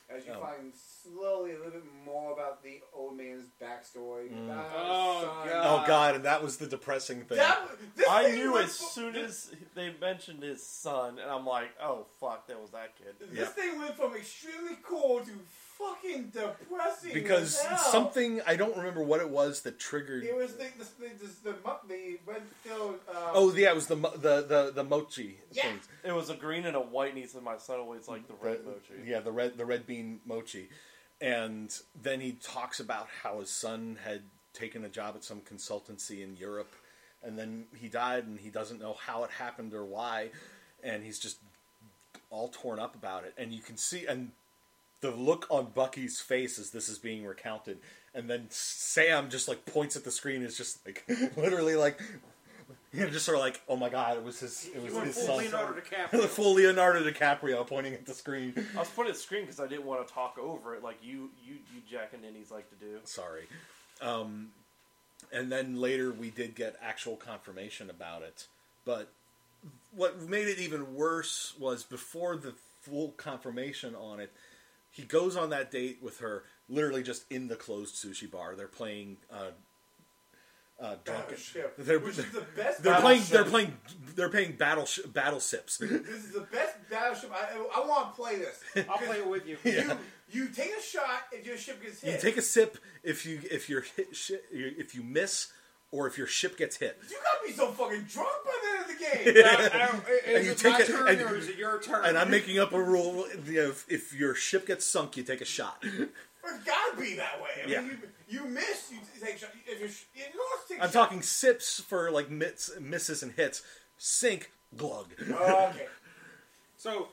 [SPEAKER 4] As you
[SPEAKER 1] Oh.
[SPEAKER 4] find slowly a little bit more about the old man's backstory. about
[SPEAKER 2] Oh,
[SPEAKER 4] his
[SPEAKER 2] God.
[SPEAKER 1] oh God, and that was the depressing thing.
[SPEAKER 4] Uh, That, was- this
[SPEAKER 3] I
[SPEAKER 4] thing
[SPEAKER 3] knew
[SPEAKER 4] went
[SPEAKER 3] as
[SPEAKER 4] fro-
[SPEAKER 3] soon
[SPEAKER 4] this-
[SPEAKER 3] as they mentioned his son, and I'm like, oh fuck, that was that kid.
[SPEAKER 4] This
[SPEAKER 1] Yeah.
[SPEAKER 4] thing went from extremely cool to fucking depressing.
[SPEAKER 1] because
[SPEAKER 4] as hell.
[SPEAKER 1] something I don't remember what it was that triggered.
[SPEAKER 4] It was the the the, the, the, mu- the Redfield. Um,
[SPEAKER 1] oh yeah, it was the mo- the the, the mochi
[SPEAKER 4] Yeah.
[SPEAKER 1] things.
[SPEAKER 3] It was a green and a white, and he said my son always liked the red
[SPEAKER 1] the-
[SPEAKER 3] mochi.
[SPEAKER 1] Yeah, the red the red bean mochi, and then he talks about how his son had taken a job at some consultancy in Europe, and then he died, and he doesn't know how it happened or why, and he's just all torn up about it. And you can see and. The look on Bucky's face as this is being recounted, and then Sam just like points at the screen. And is just like literally like, you know, just sort of like, oh my god, it was his, it
[SPEAKER 2] He
[SPEAKER 1] was
[SPEAKER 2] went
[SPEAKER 1] his
[SPEAKER 2] full
[SPEAKER 1] son.
[SPEAKER 2] Leonardo
[SPEAKER 1] the
[SPEAKER 2] DiCaprio.
[SPEAKER 1] full Leonardo DiCaprio pointing at the screen.
[SPEAKER 3] I was putting it screen because I didn't want to talk over it like you, you, you Jack and Ninnies like to do.
[SPEAKER 1] Sorry. Um, and then later we did get actual confirmation about it. But what made it even worse was before the full confirmation on it, he goes on that date with her, literally just in the closed sushi bar. They're playing uh, uh, drunken.
[SPEAKER 4] Battleship,
[SPEAKER 1] They're,
[SPEAKER 4] which is the best.
[SPEAKER 1] they're playing.
[SPEAKER 3] Battleship.
[SPEAKER 1] They're playing. They're playing battle battle sips.
[SPEAKER 4] This is the best Battleship. I, I want to play this.
[SPEAKER 2] I'll play it with you.
[SPEAKER 1] Yeah.
[SPEAKER 4] You take a shot if your ship gets hit.
[SPEAKER 1] You take a sip if you if your hit shi if you miss or if your ship gets hit.
[SPEAKER 4] You gotta be so fucking drunk by the end of the game.
[SPEAKER 1] And
[SPEAKER 2] Is
[SPEAKER 1] you
[SPEAKER 2] it
[SPEAKER 1] take
[SPEAKER 2] my
[SPEAKER 1] it-
[SPEAKER 2] turn
[SPEAKER 1] and-
[SPEAKER 2] or is it your turn?
[SPEAKER 1] And I'm making up a rule: you know, if, if your ship gets sunk, you take a shot.
[SPEAKER 4] It's gotta be that way. I mean,
[SPEAKER 1] Yeah.
[SPEAKER 4] you, you miss, you take a shot. If you're, sh- you lost, take a
[SPEAKER 1] I'm
[SPEAKER 4] shot.
[SPEAKER 1] talking sips for like mits, misses and hits. Sink, glug.
[SPEAKER 4] Oh, okay.
[SPEAKER 2] so,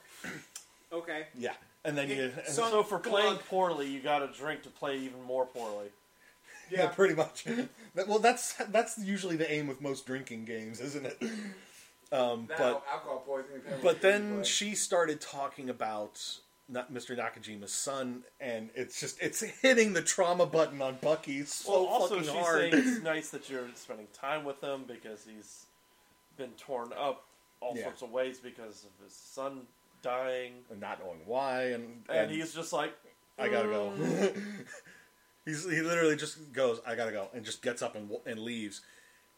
[SPEAKER 2] okay.
[SPEAKER 1] Yeah, and then you and-
[SPEAKER 3] So, for playing poorly, you got to drink to play even more poorly.
[SPEAKER 1] yeah. pretty much. That- well, that's that's usually the aim of most drinking games, isn't it? Um,
[SPEAKER 4] Now,
[SPEAKER 1] but
[SPEAKER 4] alcohol poisoning.
[SPEAKER 1] but then she started talking about not Mr. Nakajima's son, and it's just it's hitting the trauma button on Bucky so
[SPEAKER 3] Well, also
[SPEAKER 1] fucking
[SPEAKER 3] she's
[SPEAKER 1] hard.
[SPEAKER 3] saying it's nice that you're spending time with him because he's been torn up all
[SPEAKER 1] Yeah.
[SPEAKER 3] sorts of ways because of his son dying,
[SPEAKER 1] and not knowing why, and
[SPEAKER 3] and, he's just like,
[SPEAKER 1] I gotta go.
[SPEAKER 3] Mm.
[SPEAKER 1] He's, he literally just goes, I gotta go, and just gets up and, wa- and leaves.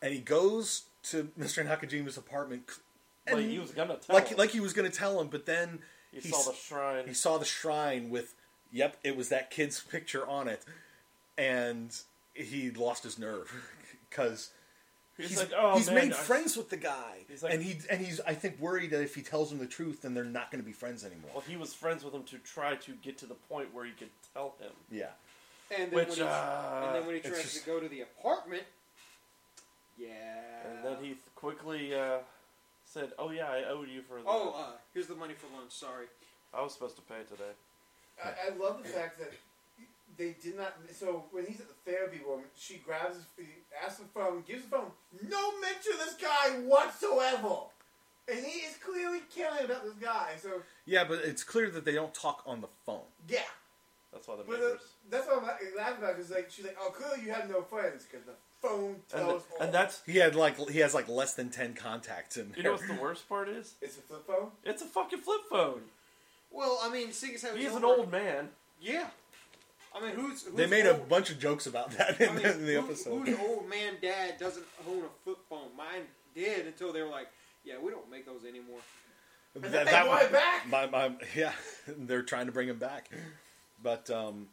[SPEAKER 1] And he goes to Mr. Nakajima's apartment, c-
[SPEAKER 3] like
[SPEAKER 1] and
[SPEAKER 3] he was gonna tell
[SPEAKER 1] like
[SPEAKER 3] him.
[SPEAKER 1] like he was gonna tell him, but then
[SPEAKER 3] he,
[SPEAKER 1] he
[SPEAKER 3] saw the
[SPEAKER 1] s-
[SPEAKER 3] shrine.
[SPEAKER 1] he saw the shrine with, yep, it was that kid's picture on it, and he lost his nerve because
[SPEAKER 3] he's, like, oh
[SPEAKER 1] he's
[SPEAKER 3] man,
[SPEAKER 1] made
[SPEAKER 3] I-
[SPEAKER 1] friends with the guy,
[SPEAKER 3] He's like-
[SPEAKER 1] and he and he's I think worried that if he tells him the truth, then they're not gonna be friends anymore.
[SPEAKER 3] Well, he was friends with him to try to get to the point where he could tell him.
[SPEAKER 1] yeah.
[SPEAKER 2] And then,
[SPEAKER 3] Which,
[SPEAKER 2] when, he,
[SPEAKER 3] uh,
[SPEAKER 2] and then when he
[SPEAKER 1] it's
[SPEAKER 2] tries
[SPEAKER 1] just-
[SPEAKER 2] to go to the apartment, yeah.
[SPEAKER 3] And then he quickly uh, said, "Oh yeah, I owed you for the.
[SPEAKER 2] Oh, uh, here's the money for lunch. Sorry.
[SPEAKER 3] I was supposed to pay today.
[SPEAKER 4] I, I love the fact that they did not. So when he's at the therapy room, she grabs his feet, asks him the phone, gives the phone. No mention of this guy whatsoever. And he is clearly caring about this guy. So
[SPEAKER 1] Yeah, but it's clear that they don't talk on the phone.
[SPEAKER 4] yeah,
[SPEAKER 3] That's why the
[SPEAKER 4] but uh,
[SPEAKER 3] neighbors.
[SPEAKER 4] that's what I'm la- laughing about. Because like she's like, oh, clearly you have no friends because the phone
[SPEAKER 3] And,
[SPEAKER 4] tells
[SPEAKER 3] the-
[SPEAKER 4] all.
[SPEAKER 3] and that's
[SPEAKER 1] He had like he has like less than ten contacts in
[SPEAKER 3] you know
[SPEAKER 1] there.
[SPEAKER 3] what's the worst part is?
[SPEAKER 4] it's a flip phone.
[SPEAKER 3] It's a fucking flip phone.
[SPEAKER 2] Well, I mean, seeing as how
[SPEAKER 3] He's an
[SPEAKER 2] older-
[SPEAKER 3] old man.
[SPEAKER 2] Yeah. I mean, who's, who's
[SPEAKER 1] they made a
[SPEAKER 2] old?
[SPEAKER 1] bunch of jokes about that in,
[SPEAKER 2] I mean,
[SPEAKER 1] the- in the
[SPEAKER 2] who-
[SPEAKER 1] episode.
[SPEAKER 2] Who's old man dad doesn't own a flip phone? Mine did until they were like, yeah, we don't make those anymore.
[SPEAKER 1] That-
[SPEAKER 4] They
[SPEAKER 1] that
[SPEAKER 4] brought
[SPEAKER 1] one-
[SPEAKER 4] it back.
[SPEAKER 1] My, my, yeah, they're trying to bring him back, but um,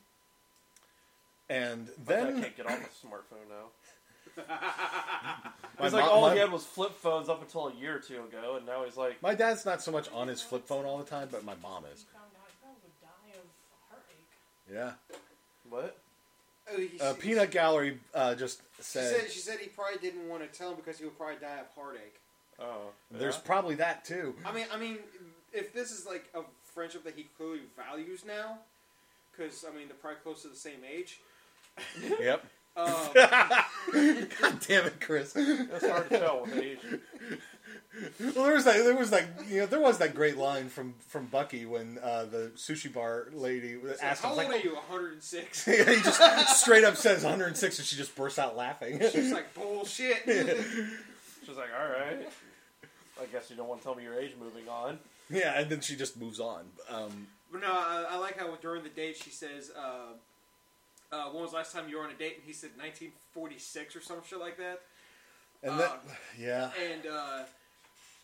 [SPEAKER 1] and
[SPEAKER 3] I
[SPEAKER 1] then
[SPEAKER 3] can't get off a smartphone now.
[SPEAKER 1] my,
[SPEAKER 3] It's like
[SPEAKER 1] mo-
[SPEAKER 3] all
[SPEAKER 1] my-
[SPEAKER 3] he had was flip phones up until a year or two ago, and now he's like,
[SPEAKER 1] my dad's not so much on his flip phone all the time, but my mom is.
[SPEAKER 7] He found out he probably would die of
[SPEAKER 1] Yeah,
[SPEAKER 7] heartache.
[SPEAKER 3] what?
[SPEAKER 2] Oh, he-
[SPEAKER 1] uh,
[SPEAKER 2] she-
[SPEAKER 1] Peanut Gallery uh, just
[SPEAKER 2] She
[SPEAKER 1] said,
[SPEAKER 2] said, she said he probably didn't want to tell him because he would probably die of heartache.
[SPEAKER 3] Oh,
[SPEAKER 1] "There's
[SPEAKER 3] yeah?
[SPEAKER 1] probably that too."
[SPEAKER 2] I mean, I mean, if this is like a friendship that he clearly values now, because I mean they're probably close to the same age.
[SPEAKER 1] yep.
[SPEAKER 2] Um,
[SPEAKER 1] God damn it, Chris.
[SPEAKER 3] it's hard to tell with age.
[SPEAKER 1] Well, there was that. There was that. You know, there was that great line from from Bucky when uh, the sushi bar lady asked
[SPEAKER 2] how
[SPEAKER 1] him,
[SPEAKER 2] old
[SPEAKER 1] like,
[SPEAKER 2] are you? 106.
[SPEAKER 1] he just straight up says 106, and she just bursts out laughing.
[SPEAKER 2] She's like bullshit.
[SPEAKER 3] She's like, all right. I guess you don't want to tell me your age. Moving on.
[SPEAKER 1] yeah, and then she just moves on. Um,
[SPEAKER 2] But no, I, I like how during the date she says, uh, uh, "When was the last time you were on a date?" And he said 1946 or some shit like that.
[SPEAKER 1] and then,
[SPEAKER 2] Uh,
[SPEAKER 1] yeah,
[SPEAKER 2] And uh,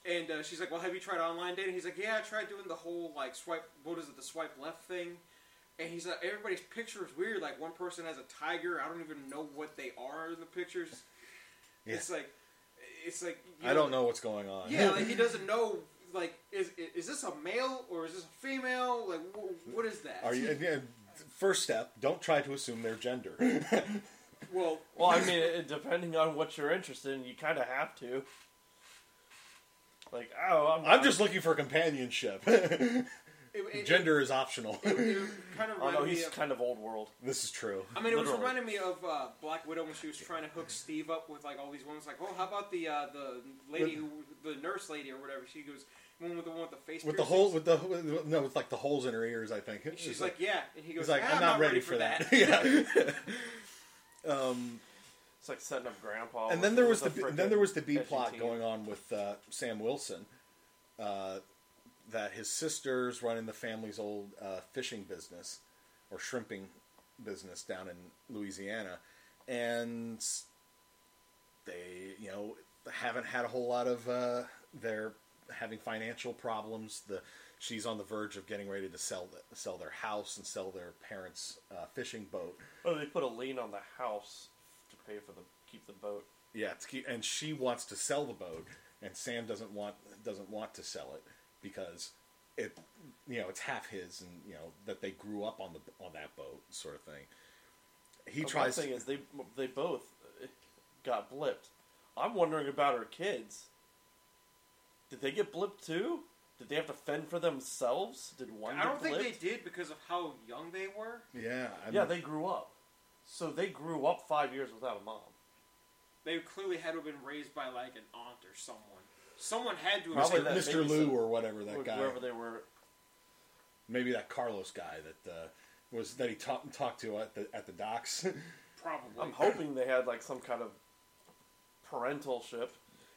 [SPEAKER 2] and uh, she's like, "Well, have you tried online dating?" He's like, "Yeah, I tried doing the whole like swipe. What is it? The swipe left thing." And he's like, "Everybody's picture is weird. Like one person has a tiger. I don't even know what they are in the pictures.
[SPEAKER 1] Yeah.
[SPEAKER 2] It's like, it's like you
[SPEAKER 1] I don't know what's going on.
[SPEAKER 2] Yeah, like he doesn't know. Like, is is this a male or is this a female? Like, wh- what is that?
[SPEAKER 1] Are you? and, yeah, First step: don't try to assume their gender.
[SPEAKER 2] Well,
[SPEAKER 3] Well, I mean, it, depending on what you're interested in, you kind of have to. Like, oh, I'm,
[SPEAKER 1] I'm just looking for companionship.
[SPEAKER 2] it, it-
[SPEAKER 1] gender is optional.
[SPEAKER 2] It, it kind of
[SPEAKER 3] Oh
[SPEAKER 2] reminded
[SPEAKER 3] no,
[SPEAKER 2] me
[SPEAKER 3] he's
[SPEAKER 2] of.
[SPEAKER 3] kind of old world.
[SPEAKER 1] this is true.
[SPEAKER 2] I mean, it was
[SPEAKER 3] literally.
[SPEAKER 2] reminding me of uh, Black Widow when she was trying to hook Steve up with like all these women. It's like, oh, how about the uh, the lady who, the nurse lady or whatever? She goes, one with the one with the face.
[SPEAKER 1] With the
[SPEAKER 2] piercings?"
[SPEAKER 1] hole, with the with, no, with like the holes in her ears. I think
[SPEAKER 2] And she's like, yeah, and he goes,
[SPEAKER 1] He's like,
[SPEAKER 2] "Ah,
[SPEAKER 1] I'm not ready for that. Yeah. um,
[SPEAKER 3] It's like setting up grandpa.
[SPEAKER 1] and
[SPEAKER 3] with-
[SPEAKER 1] then there was
[SPEAKER 3] with
[SPEAKER 1] the
[SPEAKER 3] a
[SPEAKER 1] B- then there was the B
[SPEAKER 3] edgy
[SPEAKER 1] plot
[SPEAKER 3] teen.
[SPEAKER 1] going on with uh, Sam Wilson, uh, that his sister's running the family's old uh, fishing business or shrimping business down in Louisiana, and they you know haven't had a whole lot of uh, their having financial problems. The she's on the verge of getting ready to sell the, sell their house and sell their parents' uh, fishing boat.
[SPEAKER 3] Oh, they put a lien on the house to pay for the keep the boat.
[SPEAKER 1] Yeah, it's key, and she wants to sell the boat, and Sam doesn't want doesn't want to sell it because it you know it's half his, and you know that they grew up on the on that boat sort of thing. He
[SPEAKER 3] The
[SPEAKER 1] tries.
[SPEAKER 3] thing is they they both uh, got blipped. I'm wondering about her kids. Did they get blipped too? Did they have to fend for themselves? Did one?
[SPEAKER 2] I don't
[SPEAKER 3] get
[SPEAKER 2] think
[SPEAKER 3] blipped?
[SPEAKER 2] they did because of how young they were.
[SPEAKER 1] yeah, I'm-
[SPEAKER 3] Yeah, they grew up. So they grew up five years without a mom.
[SPEAKER 2] They clearly had to have been raised by like an aunt or someone. Someone had to have
[SPEAKER 3] Probably
[SPEAKER 1] Mr.
[SPEAKER 2] said
[SPEAKER 3] that
[SPEAKER 1] Mr. Lou
[SPEAKER 3] babysitter-
[SPEAKER 1] or whatever that
[SPEAKER 3] Or
[SPEAKER 1] guy.
[SPEAKER 3] Wherever they were.
[SPEAKER 1] maybe that Carlos guy that uh, was that he talked talked to at the at the docks.
[SPEAKER 2] probably.
[SPEAKER 3] I'm hoping they had like some kind of parental ship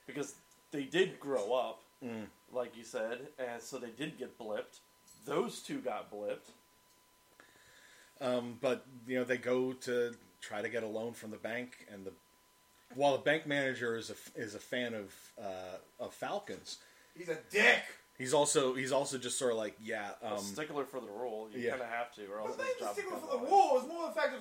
[SPEAKER 3] because they did grow up,
[SPEAKER 1] Mm.
[SPEAKER 3] like you said, and so they did get blipped. Those two got blipped.
[SPEAKER 1] um, but you know they go to try to get a loan from the bank, and the while the bank manager is a f- is a fan of uh, of Falcons,
[SPEAKER 4] He's a dick.
[SPEAKER 1] he's also he's also just sort of like yeah
[SPEAKER 3] A
[SPEAKER 1] um,
[SPEAKER 3] stickler for the rule. You
[SPEAKER 1] yeah.
[SPEAKER 3] kind of have to, or
[SPEAKER 4] I
[SPEAKER 3] else
[SPEAKER 4] was not
[SPEAKER 3] this
[SPEAKER 4] even
[SPEAKER 3] job
[SPEAKER 4] sticking
[SPEAKER 3] becomes
[SPEAKER 4] for the
[SPEAKER 3] mine.
[SPEAKER 4] wall. It's more the fact of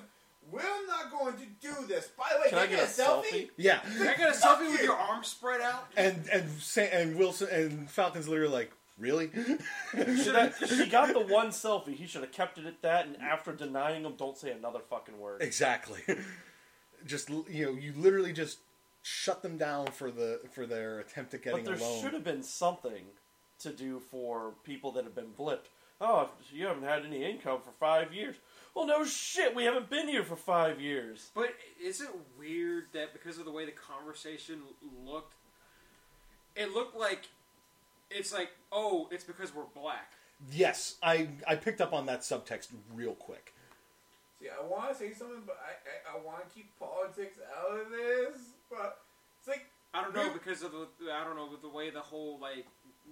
[SPEAKER 4] we're not going to do this. By the way,
[SPEAKER 3] Can I get a selfie?
[SPEAKER 1] yeah.
[SPEAKER 2] Can I get a selfie with your arms spread out?
[SPEAKER 1] And and Sa- and Wilson and Falcons literally like really
[SPEAKER 3] Should I, she got the one selfie. He should have kept it at that. And after denying him, don't say another fucking word.
[SPEAKER 1] exactly. Just l- you know you literally just shut them down for the for their attempt at getting
[SPEAKER 3] But there
[SPEAKER 1] a loan.
[SPEAKER 3] should have been something to do for people that have been blipped. Oh, you haven't had any income for five years. Well, no shit, we haven't been here for five years.
[SPEAKER 2] But is it weird that because of the way the conversation looked, it looked like it's like, oh, it's because we're black.
[SPEAKER 1] Yes, I I picked up on that subtext real quick.
[SPEAKER 4] See, I want to say something, but I I, I want to keep politics out of this. But it's like
[SPEAKER 2] I don't know
[SPEAKER 4] Yeah.
[SPEAKER 2] because of the I don't know with the way the whole like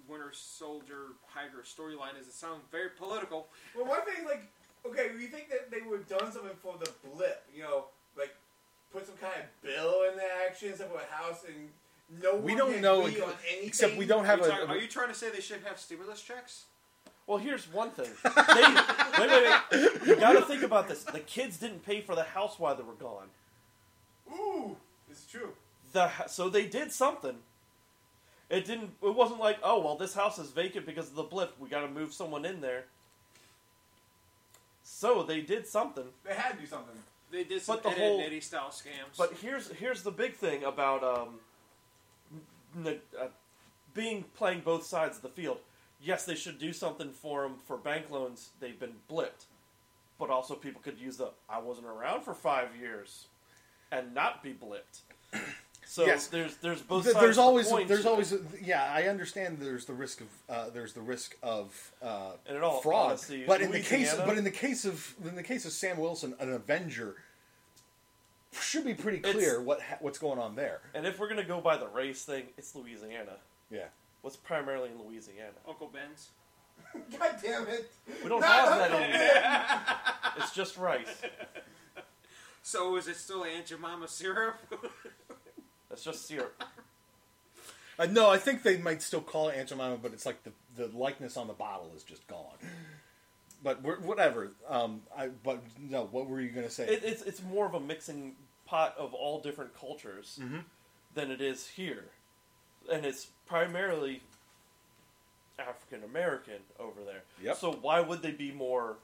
[SPEAKER 2] Winter Soldier Tiger storyline is. It sounds very political.
[SPEAKER 4] Well, one thing, like, okay, we think that they would have done something for the blip, you know, like put some kind of bill in the action, stuff with a house, and no
[SPEAKER 1] We
[SPEAKER 4] one
[SPEAKER 1] don't
[SPEAKER 4] can
[SPEAKER 1] know
[SPEAKER 4] agree
[SPEAKER 1] ex-
[SPEAKER 4] on anything.
[SPEAKER 1] except we don't
[SPEAKER 2] Are
[SPEAKER 1] have
[SPEAKER 2] you,
[SPEAKER 1] a.
[SPEAKER 2] talking- are you trying to say they should have stimulus checks?
[SPEAKER 3] Well, here's one thing. They, wait, wait, wait. You gotta think about this. The kids didn't pay for the house while they were gone.
[SPEAKER 4] Ooh, it's true.
[SPEAKER 3] The, so they did something. It didn't. It wasn't like, oh well, this house is vacant because of the blip. We gotta move someone in there. So they did something.
[SPEAKER 4] They had to do something.
[SPEAKER 2] They did some
[SPEAKER 3] But the
[SPEAKER 2] Ed,
[SPEAKER 3] whole-
[SPEAKER 2] and Eddie style scams.
[SPEAKER 3] But here's here's the big thing about um, n- uh, being playing both sides of the field. Yes, they should do something for them for bank loans. They've been blipped, but also people could use the "I wasn't around for five years" and not be blipped. So
[SPEAKER 1] Yes.
[SPEAKER 3] there's there's both.
[SPEAKER 1] Th-
[SPEAKER 3] sides
[SPEAKER 1] there's
[SPEAKER 3] of the
[SPEAKER 1] always
[SPEAKER 3] coin
[SPEAKER 1] there's
[SPEAKER 3] to
[SPEAKER 1] always
[SPEAKER 3] it.
[SPEAKER 1] yeah I understand there's the risk of uh, there's the risk of uh,
[SPEAKER 3] And in all
[SPEAKER 1] fraud
[SPEAKER 3] honesty,
[SPEAKER 1] but in the case
[SPEAKER 3] Louisiana-
[SPEAKER 1] but in the case of in the case of Sam Wilson an Avenger should be pretty
[SPEAKER 3] It's-
[SPEAKER 1] clear what ha- what's going on there
[SPEAKER 3] and if we're gonna go by the race thing, it's Louisiana.
[SPEAKER 1] yeah
[SPEAKER 3] What's primarily in Louisiana?
[SPEAKER 2] Uncle Ben's.
[SPEAKER 4] God damn it.
[SPEAKER 3] We don't
[SPEAKER 4] Not
[SPEAKER 3] have that
[SPEAKER 4] Uncle
[SPEAKER 3] anymore. it's just rice.
[SPEAKER 2] So is it still Aunt Jemima syrup?
[SPEAKER 3] It's just syrup.
[SPEAKER 1] uh, no I think they might still call it Aunt Jemima but it's like the the likeness on the bottle is just gone but we're, whatever um I but no what were you gonna say
[SPEAKER 3] it, it's it's more of a mixing pot of all different cultures
[SPEAKER 1] Mm-hmm.
[SPEAKER 3] than it is here, and it's primarily African American over there.
[SPEAKER 1] Yep.
[SPEAKER 3] So why would they be more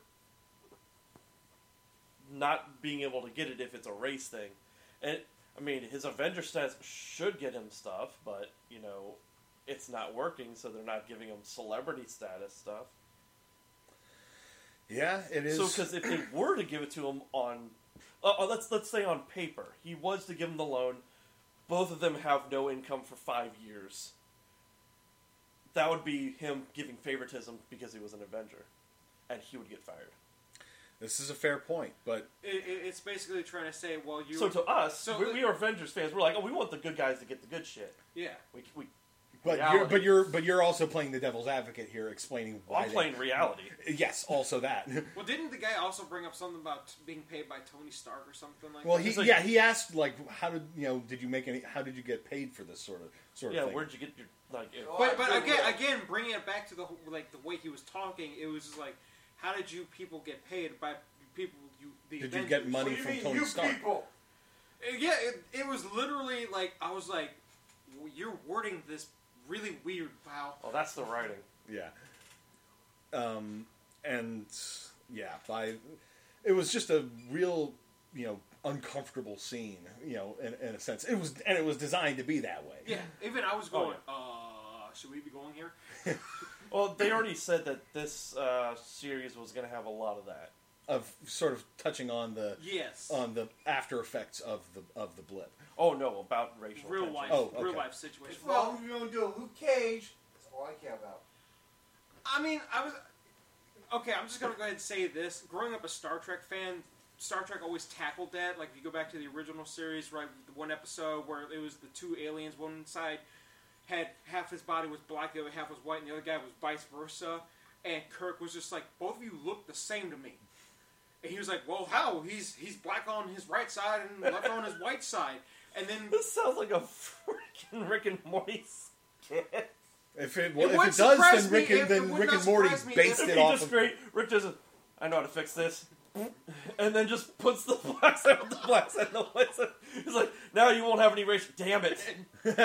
[SPEAKER 3] not being able to get it if it's a race thing? And I mean, his Avenger stance should get him stuff, but you know, it's not working, so they're not giving him celebrity status stuff.
[SPEAKER 1] yeah it is
[SPEAKER 3] So, because if they were to give it to him on, uh, uh, let's let's say on paper, he was to give him the loan. Both of them have no income for five years. That would be him giving favoritism because he was an Avenger, and he would get fired.
[SPEAKER 1] this is a fair point but
[SPEAKER 2] It, it, it's basically trying to say, well, you.
[SPEAKER 3] so to us,
[SPEAKER 2] so
[SPEAKER 3] we,
[SPEAKER 2] the-
[SPEAKER 3] we are Avengers fans. We're like, oh, we want the good guys to get the good shit.
[SPEAKER 2] yeah.
[SPEAKER 3] We we
[SPEAKER 1] But you're,
[SPEAKER 3] Reality.
[SPEAKER 1] but you're but you're also playing the devil's advocate here, explaining why.
[SPEAKER 3] Well, I'm
[SPEAKER 1] they-
[SPEAKER 3] playing reality.
[SPEAKER 1] Yes, also that.
[SPEAKER 2] Well, didn't the guy also bring up something about being paid by Tony Stark or something like
[SPEAKER 1] Well,
[SPEAKER 2] that?
[SPEAKER 1] he
[SPEAKER 3] It's like-
[SPEAKER 1] yeah he asked like how did you know did you make any how did you get paid for this sort of sort
[SPEAKER 3] Yeah,
[SPEAKER 1] of thing?
[SPEAKER 3] where'd you get your like? it-
[SPEAKER 4] Oh,
[SPEAKER 2] But
[SPEAKER 4] I
[SPEAKER 2] but
[SPEAKER 4] agree
[SPEAKER 2] again
[SPEAKER 4] with that.
[SPEAKER 2] again bringing it back to the whole- like the way he was talking, it was just like, how did you people get paid by people you? The
[SPEAKER 1] Did you
[SPEAKER 2] Avengers?
[SPEAKER 1] get money
[SPEAKER 4] What do
[SPEAKER 1] from
[SPEAKER 4] you mean,
[SPEAKER 1] Tony
[SPEAKER 4] you
[SPEAKER 1] Stark?
[SPEAKER 4] people?
[SPEAKER 2] Uh, Yeah, it, it was literally like I was like, "W- you're wording this really weird, pal.
[SPEAKER 3] Oh, that's the writing.
[SPEAKER 1] Yeah. Um, and yeah, by it was just a real, you know, uncomfortable scene, you know, in, in a sense. It was and it was designed to be that way.
[SPEAKER 2] Yeah, even I was
[SPEAKER 3] Oh,
[SPEAKER 2] going, uh, should we be going here?
[SPEAKER 3] Well, they already said that this uh, series was going to have a lot of that.
[SPEAKER 1] Of sort of touching on the
[SPEAKER 2] Yes.
[SPEAKER 1] on the after effects of the of the blip.
[SPEAKER 3] Oh no, about racial
[SPEAKER 2] real
[SPEAKER 3] tension.
[SPEAKER 2] life,
[SPEAKER 1] Oh, okay.
[SPEAKER 2] real life situation.
[SPEAKER 4] Well, if you're gonna do a Luke Cage, that's all I care about.
[SPEAKER 2] I mean, I was okay. I'm just gonna go ahead and say this. Growing up a Star Trek fan, Star Trek always tackled that. Like, if you go back to the original series, right, the one episode where it was the two aliens, one side had half his body was black, the other half was white, and the other guy was vice versa. And Kirk was just like, both of you look the same to me. And he was like, well, how? He's he's black on his right side and left on his white side. And then
[SPEAKER 3] This sounds like a freaking Rick and Morty skit.
[SPEAKER 1] If it,
[SPEAKER 2] It
[SPEAKER 1] if
[SPEAKER 2] would
[SPEAKER 1] it does,
[SPEAKER 2] surprise
[SPEAKER 1] then
[SPEAKER 2] me
[SPEAKER 1] Rick
[SPEAKER 2] if-
[SPEAKER 1] and
[SPEAKER 2] it
[SPEAKER 1] then
[SPEAKER 2] would
[SPEAKER 1] Rick
[SPEAKER 2] not
[SPEAKER 1] and Morty
[SPEAKER 2] surprise me
[SPEAKER 1] based
[SPEAKER 2] if
[SPEAKER 1] it
[SPEAKER 3] It'd be
[SPEAKER 1] off.
[SPEAKER 3] just
[SPEAKER 1] Of,
[SPEAKER 3] great. Rick does it. I know how to fix this. And then just puts the black side on the black side on the white side. He's like, now you won't have any racial. Damn it.
[SPEAKER 2] but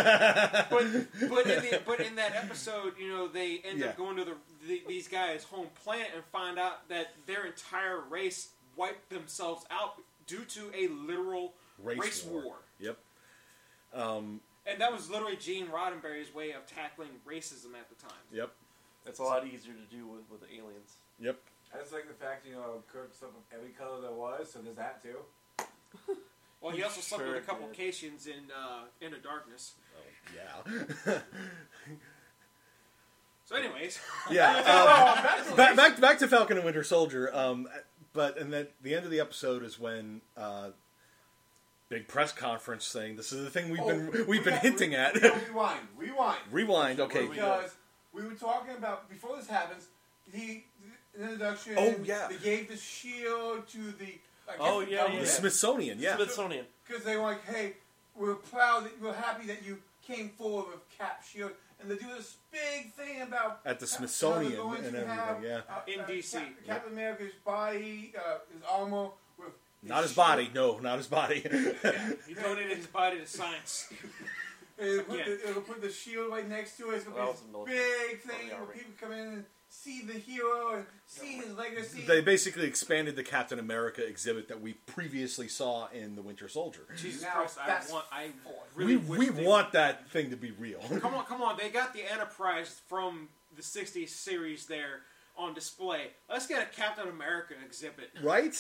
[SPEAKER 2] but in, the, but in that episode, you know, they end
[SPEAKER 1] Yeah.
[SPEAKER 2] up going to the, the these guys' home planet and find out that their entire race wiped themselves out due to a literal race,
[SPEAKER 1] race,
[SPEAKER 2] war.
[SPEAKER 1] Yep. Um,
[SPEAKER 2] and that was literally Gene Roddenberry's way of tackling racism at the time.
[SPEAKER 1] Yep.
[SPEAKER 3] It's a lot easier to do with, with aliens.
[SPEAKER 1] Yep.
[SPEAKER 4] I just like the fact you know Kirk slept with every color there was, so there's that too.
[SPEAKER 2] Well, he
[SPEAKER 3] He
[SPEAKER 2] also slept
[SPEAKER 3] sure
[SPEAKER 2] with a couple
[SPEAKER 3] did.
[SPEAKER 2] Cations in uh, in the darkness.
[SPEAKER 1] Oh, Yeah.
[SPEAKER 2] So, anyways,
[SPEAKER 1] yeah. Um, back, back back to Falcon and Winter Soldier. Um, but and then the end of the episode is when uh, big press conference thing. This is the thing we've
[SPEAKER 4] Oh,
[SPEAKER 1] been we've been hinting at.
[SPEAKER 4] No, rewind, rewind.
[SPEAKER 1] Rewind. Okay.
[SPEAKER 3] Where
[SPEAKER 4] because we were talking about before this happens. He the introduction.
[SPEAKER 1] Oh, yeah.
[SPEAKER 4] They gave the shield to the. I guess
[SPEAKER 3] Oh,
[SPEAKER 4] the
[SPEAKER 3] yeah,
[SPEAKER 1] The
[SPEAKER 3] yeah.
[SPEAKER 1] Smithsonian. Yeah.
[SPEAKER 3] Smithsonian.
[SPEAKER 4] Because they were like, hey, we're proud that we're happy that you came forward with Cap Shield, and they do this big thing about
[SPEAKER 1] At the
[SPEAKER 4] how they're
[SPEAKER 1] Smithsonian
[SPEAKER 4] going
[SPEAKER 1] and
[SPEAKER 4] to
[SPEAKER 1] everything,
[SPEAKER 4] have,
[SPEAKER 1] yeah.
[SPEAKER 4] uh,
[SPEAKER 2] In
[SPEAKER 4] uh,
[SPEAKER 2] DC.
[SPEAKER 4] Cap- Captain America's body, uh, his armor with
[SPEAKER 1] Not his
[SPEAKER 4] shield,
[SPEAKER 1] body. No, not his body.
[SPEAKER 2] he donated his body to science.
[SPEAKER 4] and It'll put,
[SPEAKER 2] Yeah.
[SPEAKER 4] the, it'll put the shield right next to it. It's gonna
[SPEAKER 3] Well,
[SPEAKER 4] be
[SPEAKER 3] that was the
[SPEAKER 4] this
[SPEAKER 3] military.
[SPEAKER 4] big
[SPEAKER 3] Well,
[SPEAKER 4] thing
[SPEAKER 3] the
[SPEAKER 4] where
[SPEAKER 3] army.
[SPEAKER 4] people come in and see the hero and see his legacy.
[SPEAKER 1] they basically expanded the Captain America exhibit that we previously saw in the Winter Soldier.
[SPEAKER 2] Jesus
[SPEAKER 4] Now
[SPEAKER 2] Christ, I
[SPEAKER 4] fast
[SPEAKER 2] want, I
[SPEAKER 4] forward.
[SPEAKER 2] really wish
[SPEAKER 1] we we
[SPEAKER 2] they-
[SPEAKER 1] want that thing to be real.
[SPEAKER 2] Come on, come on. They got the Enterprise from the 60s series there on display. Let's get a Captain America exhibit.
[SPEAKER 1] Right?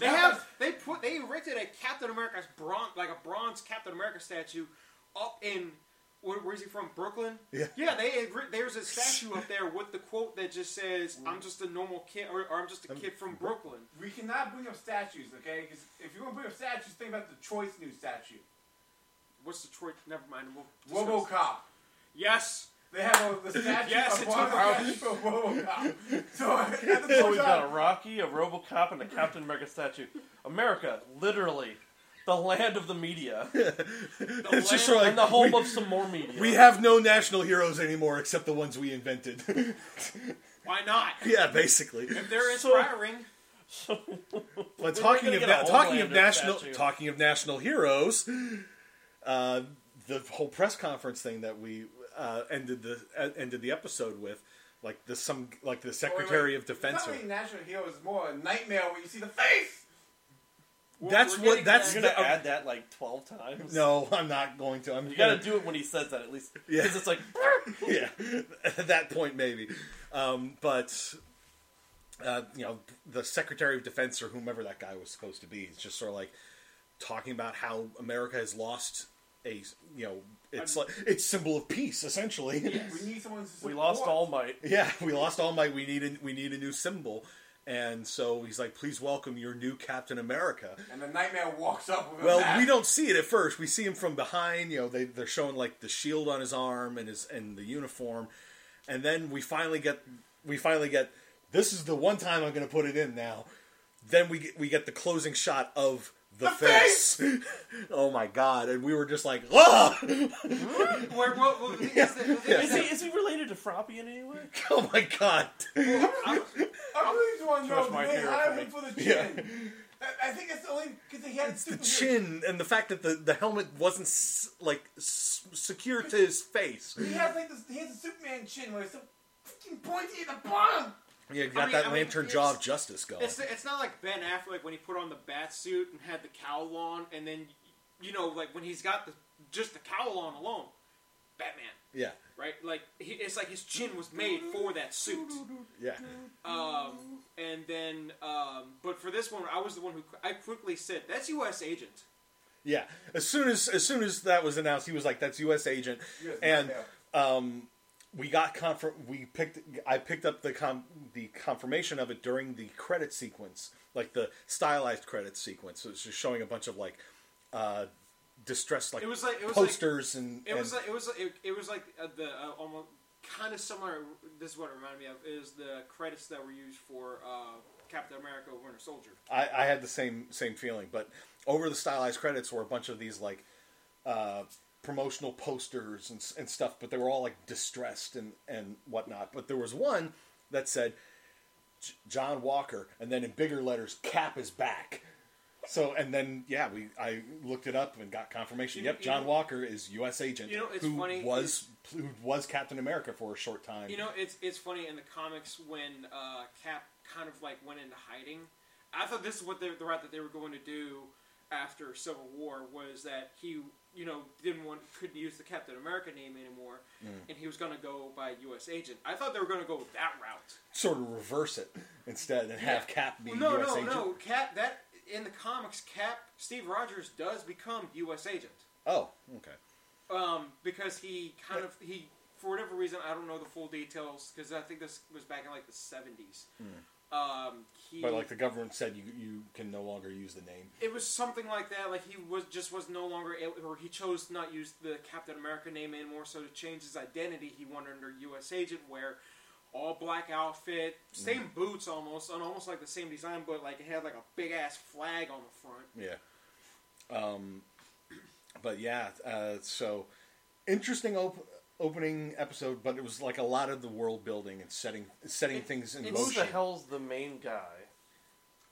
[SPEAKER 2] They have they put they erected a Captain America's bronze like a bronze Captain America statue up in where, where is he from? Brooklyn?
[SPEAKER 1] Yeah.
[SPEAKER 2] Yeah, they had re- there's a statue up there with the quote that just says, "I'm just a normal kid or, or I'm just a kid from Brooklyn."
[SPEAKER 4] We cannot bring up statues, okay? Because if you're gonna bring up statues, think about Detroit's new statue,
[SPEAKER 2] What's Detroit? Never mind. We'll discuss-
[SPEAKER 4] RoboCop.
[SPEAKER 2] Yes.
[SPEAKER 4] They have a, the statue
[SPEAKER 2] Yes,
[SPEAKER 4] of
[SPEAKER 2] it took
[SPEAKER 4] Bob for RoboCop. So at the
[SPEAKER 3] So
[SPEAKER 4] same
[SPEAKER 3] Oh, we've got a
[SPEAKER 4] time,
[SPEAKER 3] Rocky, a RoboCop, and a Captain America statue. America, literally, the land of the media
[SPEAKER 2] The
[SPEAKER 1] It's just
[SPEAKER 2] land-
[SPEAKER 1] sort of like
[SPEAKER 3] and the home
[SPEAKER 1] we,
[SPEAKER 3] of some more media.
[SPEAKER 1] we have no national heroes anymore except the ones we invented.
[SPEAKER 2] why not?
[SPEAKER 1] yeah, basically.
[SPEAKER 2] If they're
[SPEAKER 3] So-
[SPEAKER 2] inspiring.
[SPEAKER 1] But
[SPEAKER 3] We're
[SPEAKER 1] talking
[SPEAKER 3] gonna
[SPEAKER 1] of
[SPEAKER 3] get a
[SPEAKER 1] na- talking of
[SPEAKER 3] Homelander
[SPEAKER 1] national
[SPEAKER 3] statue.
[SPEAKER 1] talking of national heroes, uh, the whole press conference thing that we uh, ended the uh, ended the episode with, like the some like the Secretary
[SPEAKER 4] wait,
[SPEAKER 1] of Defense.
[SPEAKER 4] It's
[SPEAKER 1] or-
[SPEAKER 4] not really national hero. It's more a nightmare where you see the face.
[SPEAKER 2] We're-
[SPEAKER 1] That's
[SPEAKER 2] we're
[SPEAKER 1] what-
[SPEAKER 2] getting
[SPEAKER 1] that's
[SPEAKER 2] there.
[SPEAKER 3] You're gonna
[SPEAKER 1] the-
[SPEAKER 3] add that like twelve times.
[SPEAKER 1] No, I'm not going to. I'm
[SPEAKER 3] you gotta do it when he says that at least, because
[SPEAKER 1] Yeah.
[SPEAKER 3] it's like
[SPEAKER 1] yeah, at that point maybe. Um, but uh, you know, the Secretary of Defense or whomever that guy was supposed to be is just sort of like talking about how America has lost a you know it's like it's symbol of peace essentially.
[SPEAKER 4] We need someone. To
[SPEAKER 3] we lost
[SPEAKER 4] support.
[SPEAKER 3] all might.
[SPEAKER 1] Yeah, we lost All Might. We need a, we need a new symbol, And so he's like, please welcome your new Captain America.
[SPEAKER 4] And the nightmare walks up with a
[SPEAKER 1] Well,
[SPEAKER 4] map.
[SPEAKER 1] we don't see it at first. We see him from behind. You know, they, they're showing like the shield on his arm and his and the uniform, and then we finally get we finally get this is the one time I'm going to put it in now. Then we get, we get the closing shot of the, face. oh my god! And we were just like, ah!
[SPEAKER 2] Where, well, well, the thing is that- the thing is
[SPEAKER 3] Is he,
[SPEAKER 2] that-
[SPEAKER 3] is he related to Froppy in any way?
[SPEAKER 1] oh my god!
[SPEAKER 4] I really just want to know
[SPEAKER 3] Trust
[SPEAKER 4] if
[SPEAKER 3] my
[SPEAKER 4] they
[SPEAKER 3] hero
[SPEAKER 4] hired
[SPEAKER 3] for
[SPEAKER 4] him
[SPEAKER 3] me.
[SPEAKER 4] for the chin. I, I think that's the only because he had
[SPEAKER 1] the
[SPEAKER 4] super
[SPEAKER 1] chin and the fact that the, the helmet wasn't s- like s- secure to his face.
[SPEAKER 4] He has like this. He has a Superman chin where it's so fucking pointy at the bottom.
[SPEAKER 1] Yeah, got
[SPEAKER 2] mean-
[SPEAKER 1] that
[SPEAKER 2] I mean,
[SPEAKER 1] lantern
[SPEAKER 2] it's-
[SPEAKER 1] jaw of justice going.
[SPEAKER 2] it's, it's not like Ben Affleck when he put on the bat suit and had the cowl on, and then you know, like when he's got the just the cowl on alone, Batman,
[SPEAKER 1] yeah,
[SPEAKER 2] right? Like he, it's like his chin was made for that suit.
[SPEAKER 1] yeah.
[SPEAKER 2] Um, and then, um, but for this one, I was the one who I quickly said, "That's U.S. agent."
[SPEAKER 1] Yeah. As soon as as soon as that was announced, he was like, "That's U.S. agent,"
[SPEAKER 4] Yes,
[SPEAKER 1] and
[SPEAKER 4] yeah.
[SPEAKER 1] um, we got confirm. We picked. I picked up the com- the confirmation of it during the credit sequence, like the stylized credit sequence. So it's just showing a bunch of like uh, distressed like
[SPEAKER 2] It was like- it was like-
[SPEAKER 1] posters and
[SPEAKER 2] It was
[SPEAKER 1] and-
[SPEAKER 2] like it was it, it was like uh, the uh, almost kind of similar. This is what it reminded me of is the credits that were used for uh, Captain America: Winter Soldier.
[SPEAKER 1] I, I had the same same feeling, but over the stylized credits were a bunch of these like uh, promotional posters and, s- and stuff, but they were all like distressed and and whatnot. But there was one that said J- John Walker, and then in bigger letters, Cap is back. So and then yeah, we I looked it up and got confirmation.
[SPEAKER 2] You-
[SPEAKER 1] yep,
[SPEAKER 2] you
[SPEAKER 1] John
[SPEAKER 2] know-
[SPEAKER 1] Walker is U.S. agent
[SPEAKER 2] You know, it's
[SPEAKER 1] who
[SPEAKER 2] funny,
[SPEAKER 1] was who was Captain America for a short time.
[SPEAKER 2] You know, it's it's funny in the comics when uh, Cap kind of like went into hiding. I thought this is what they, the route that they were going to do after Civil War was that he you know didn't want couldn't use the Captain America name anymore,
[SPEAKER 1] Mm.
[SPEAKER 2] and he was going to go by U.S. agent. I thought they were going to go that route.
[SPEAKER 1] sort of reverse it instead and have Cap be
[SPEAKER 2] Well, no,
[SPEAKER 1] U.S.
[SPEAKER 2] no,
[SPEAKER 1] agent.
[SPEAKER 2] no. Cap that in the comics, Cap Steve Rogers does become U.S. agent
[SPEAKER 1] Oh, okay.
[SPEAKER 2] um, because he kind of he for whatever reason I don't know the full details because I think this was back in like the seventies. Um, he
[SPEAKER 1] Hmm. But like the government said, you you can no longer use the name.
[SPEAKER 2] it was something like that. Like he was just was no longer a- or he chose to not use the Captain America name anymore. So to change his identity, he went under U.S. agent where. All black outfit,
[SPEAKER 1] Hmm.
[SPEAKER 2] same boots almost, and almost like the same design, but like it had like a big ass flag on the front.
[SPEAKER 1] Yeah. Um, but yeah, uh, so interesting op- opening episode, but it was like a lot of the world building and setting setting things in
[SPEAKER 2] it's-
[SPEAKER 3] Who the
[SPEAKER 1] motion.
[SPEAKER 3] hell's the main guy?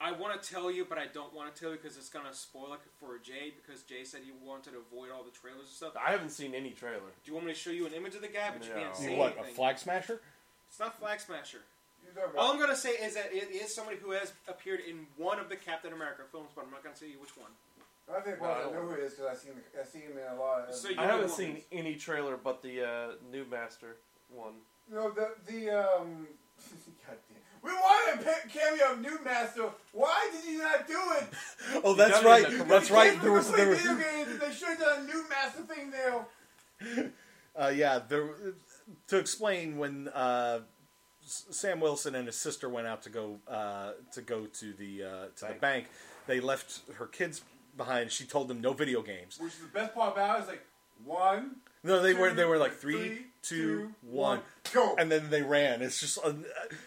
[SPEAKER 2] I want to tell you, but I don't want to tell you because it's gonna spoil it for Jay. Because Jay said he wanted to avoid all the trailers and stuff.
[SPEAKER 3] I haven't seen any trailer.
[SPEAKER 2] Do you want me to show you an image of the guy, but you
[SPEAKER 3] No.
[SPEAKER 2] can't
[SPEAKER 1] You
[SPEAKER 2] say
[SPEAKER 1] what a
[SPEAKER 2] anything?
[SPEAKER 1] flag smasher?
[SPEAKER 2] It's not Flag Smasher.
[SPEAKER 4] You're talking about-
[SPEAKER 2] All I'm gonna say is that it is somebody who has appeared in one of the Captain America films, but I'm not gonna tell you which one.
[SPEAKER 4] I think
[SPEAKER 3] Well, I
[SPEAKER 4] I
[SPEAKER 3] don't-
[SPEAKER 4] know who it is because I see him. I see him in a lot. Of,
[SPEAKER 2] So you-
[SPEAKER 3] I
[SPEAKER 2] know
[SPEAKER 3] haven't
[SPEAKER 2] what?
[SPEAKER 3] seen any trailer but the uh, new master one.
[SPEAKER 4] no, the the um. God damn. We wanted a pa- cameo of New Master. Why did you not do it?
[SPEAKER 1] Oh,
[SPEAKER 3] that's
[SPEAKER 1] that's
[SPEAKER 3] done it
[SPEAKER 1] right.
[SPEAKER 3] in the
[SPEAKER 1] That's
[SPEAKER 3] commercial.
[SPEAKER 1] right. There was
[SPEAKER 4] Play
[SPEAKER 1] there. was-
[SPEAKER 4] video games. They should have done a New Master thing there.
[SPEAKER 1] Uh, yeah, there. To explain when uh, S- Sam Wilson and his sister went out to go uh, to go to the uh, to the
[SPEAKER 3] Bank.
[SPEAKER 1] bank, they left her kids behind. She told them no video games.
[SPEAKER 4] Which is the best part about it is like one.
[SPEAKER 1] No, they were
[SPEAKER 4] two,
[SPEAKER 1] they were like
[SPEAKER 4] three,
[SPEAKER 1] three, two, one,
[SPEAKER 4] go.
[SPEAKER 1] and then they ran. It's just uh,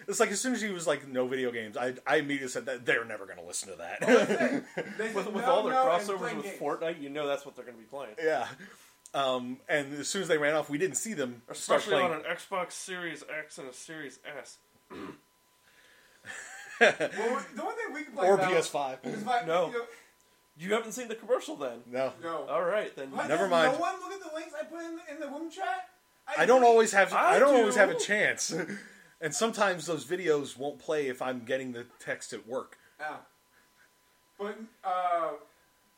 [SPEAKER 1] it's like as soon as he was like no video games, I I immediately said that they're never gonna listen to
[SPEAKER 4] Oh,
[SPEAKER 1] that.
[SPEAKER 4] They
[SPEAKER 3] With,
[SPEAKER 4] said,
[SPEAKER 3] with
[SPEAKER 4] "No,
[SPEAKER 3] all their
[SPEAKER 4] no," and
[SPEAKER 3] crossovers
[SPEAKER 4] playing
[SPEAKER 3] with
[SPEAKER 4] games.
[SPEAKER 3] Fortnite, you know that's what they're going to be playing.
[SPEAKER 1] yeah, um, and as soon as they ran off, we didn't see them start
[SPEAKER 3] Especially
[SPEAKER 1] playing.
[SPEAKER 3] on an Xbox Series X and a Series S.
[SPEAKER 4] Well, we- the one thing we complain
[SPEAKER 1] Or
[SPEAKER 4] about
[SPEAKER 1] PS5.
[SPEAKER 4] is like,
[SPEAKER 3] No.
[SPEAKER 4] you know-
[SPEAKER 3] You haven't seen the commercial then.
[SPEAKER 1] No,
[SPEAKER 4] no.
[SPEAKER 3] All right, then.
[SPEAKER 4] Why
[SPEAKER 1] Never
[SPEAKER 4] does
[SPEAKER 1] mind.
[SPEAKER 4] No one look at the links I put in the, in the room chat.
[SPEAKER 1] I don't always have I,
[SPEAKER 3] I
[SPEAKER 1] don't always
[SPEAKER 3] do.
[SPEAKER 1] have a chance, and sometimes those videos won't play if I'm getting the text at work.
[SPEAKER 4] Yeah. But uh,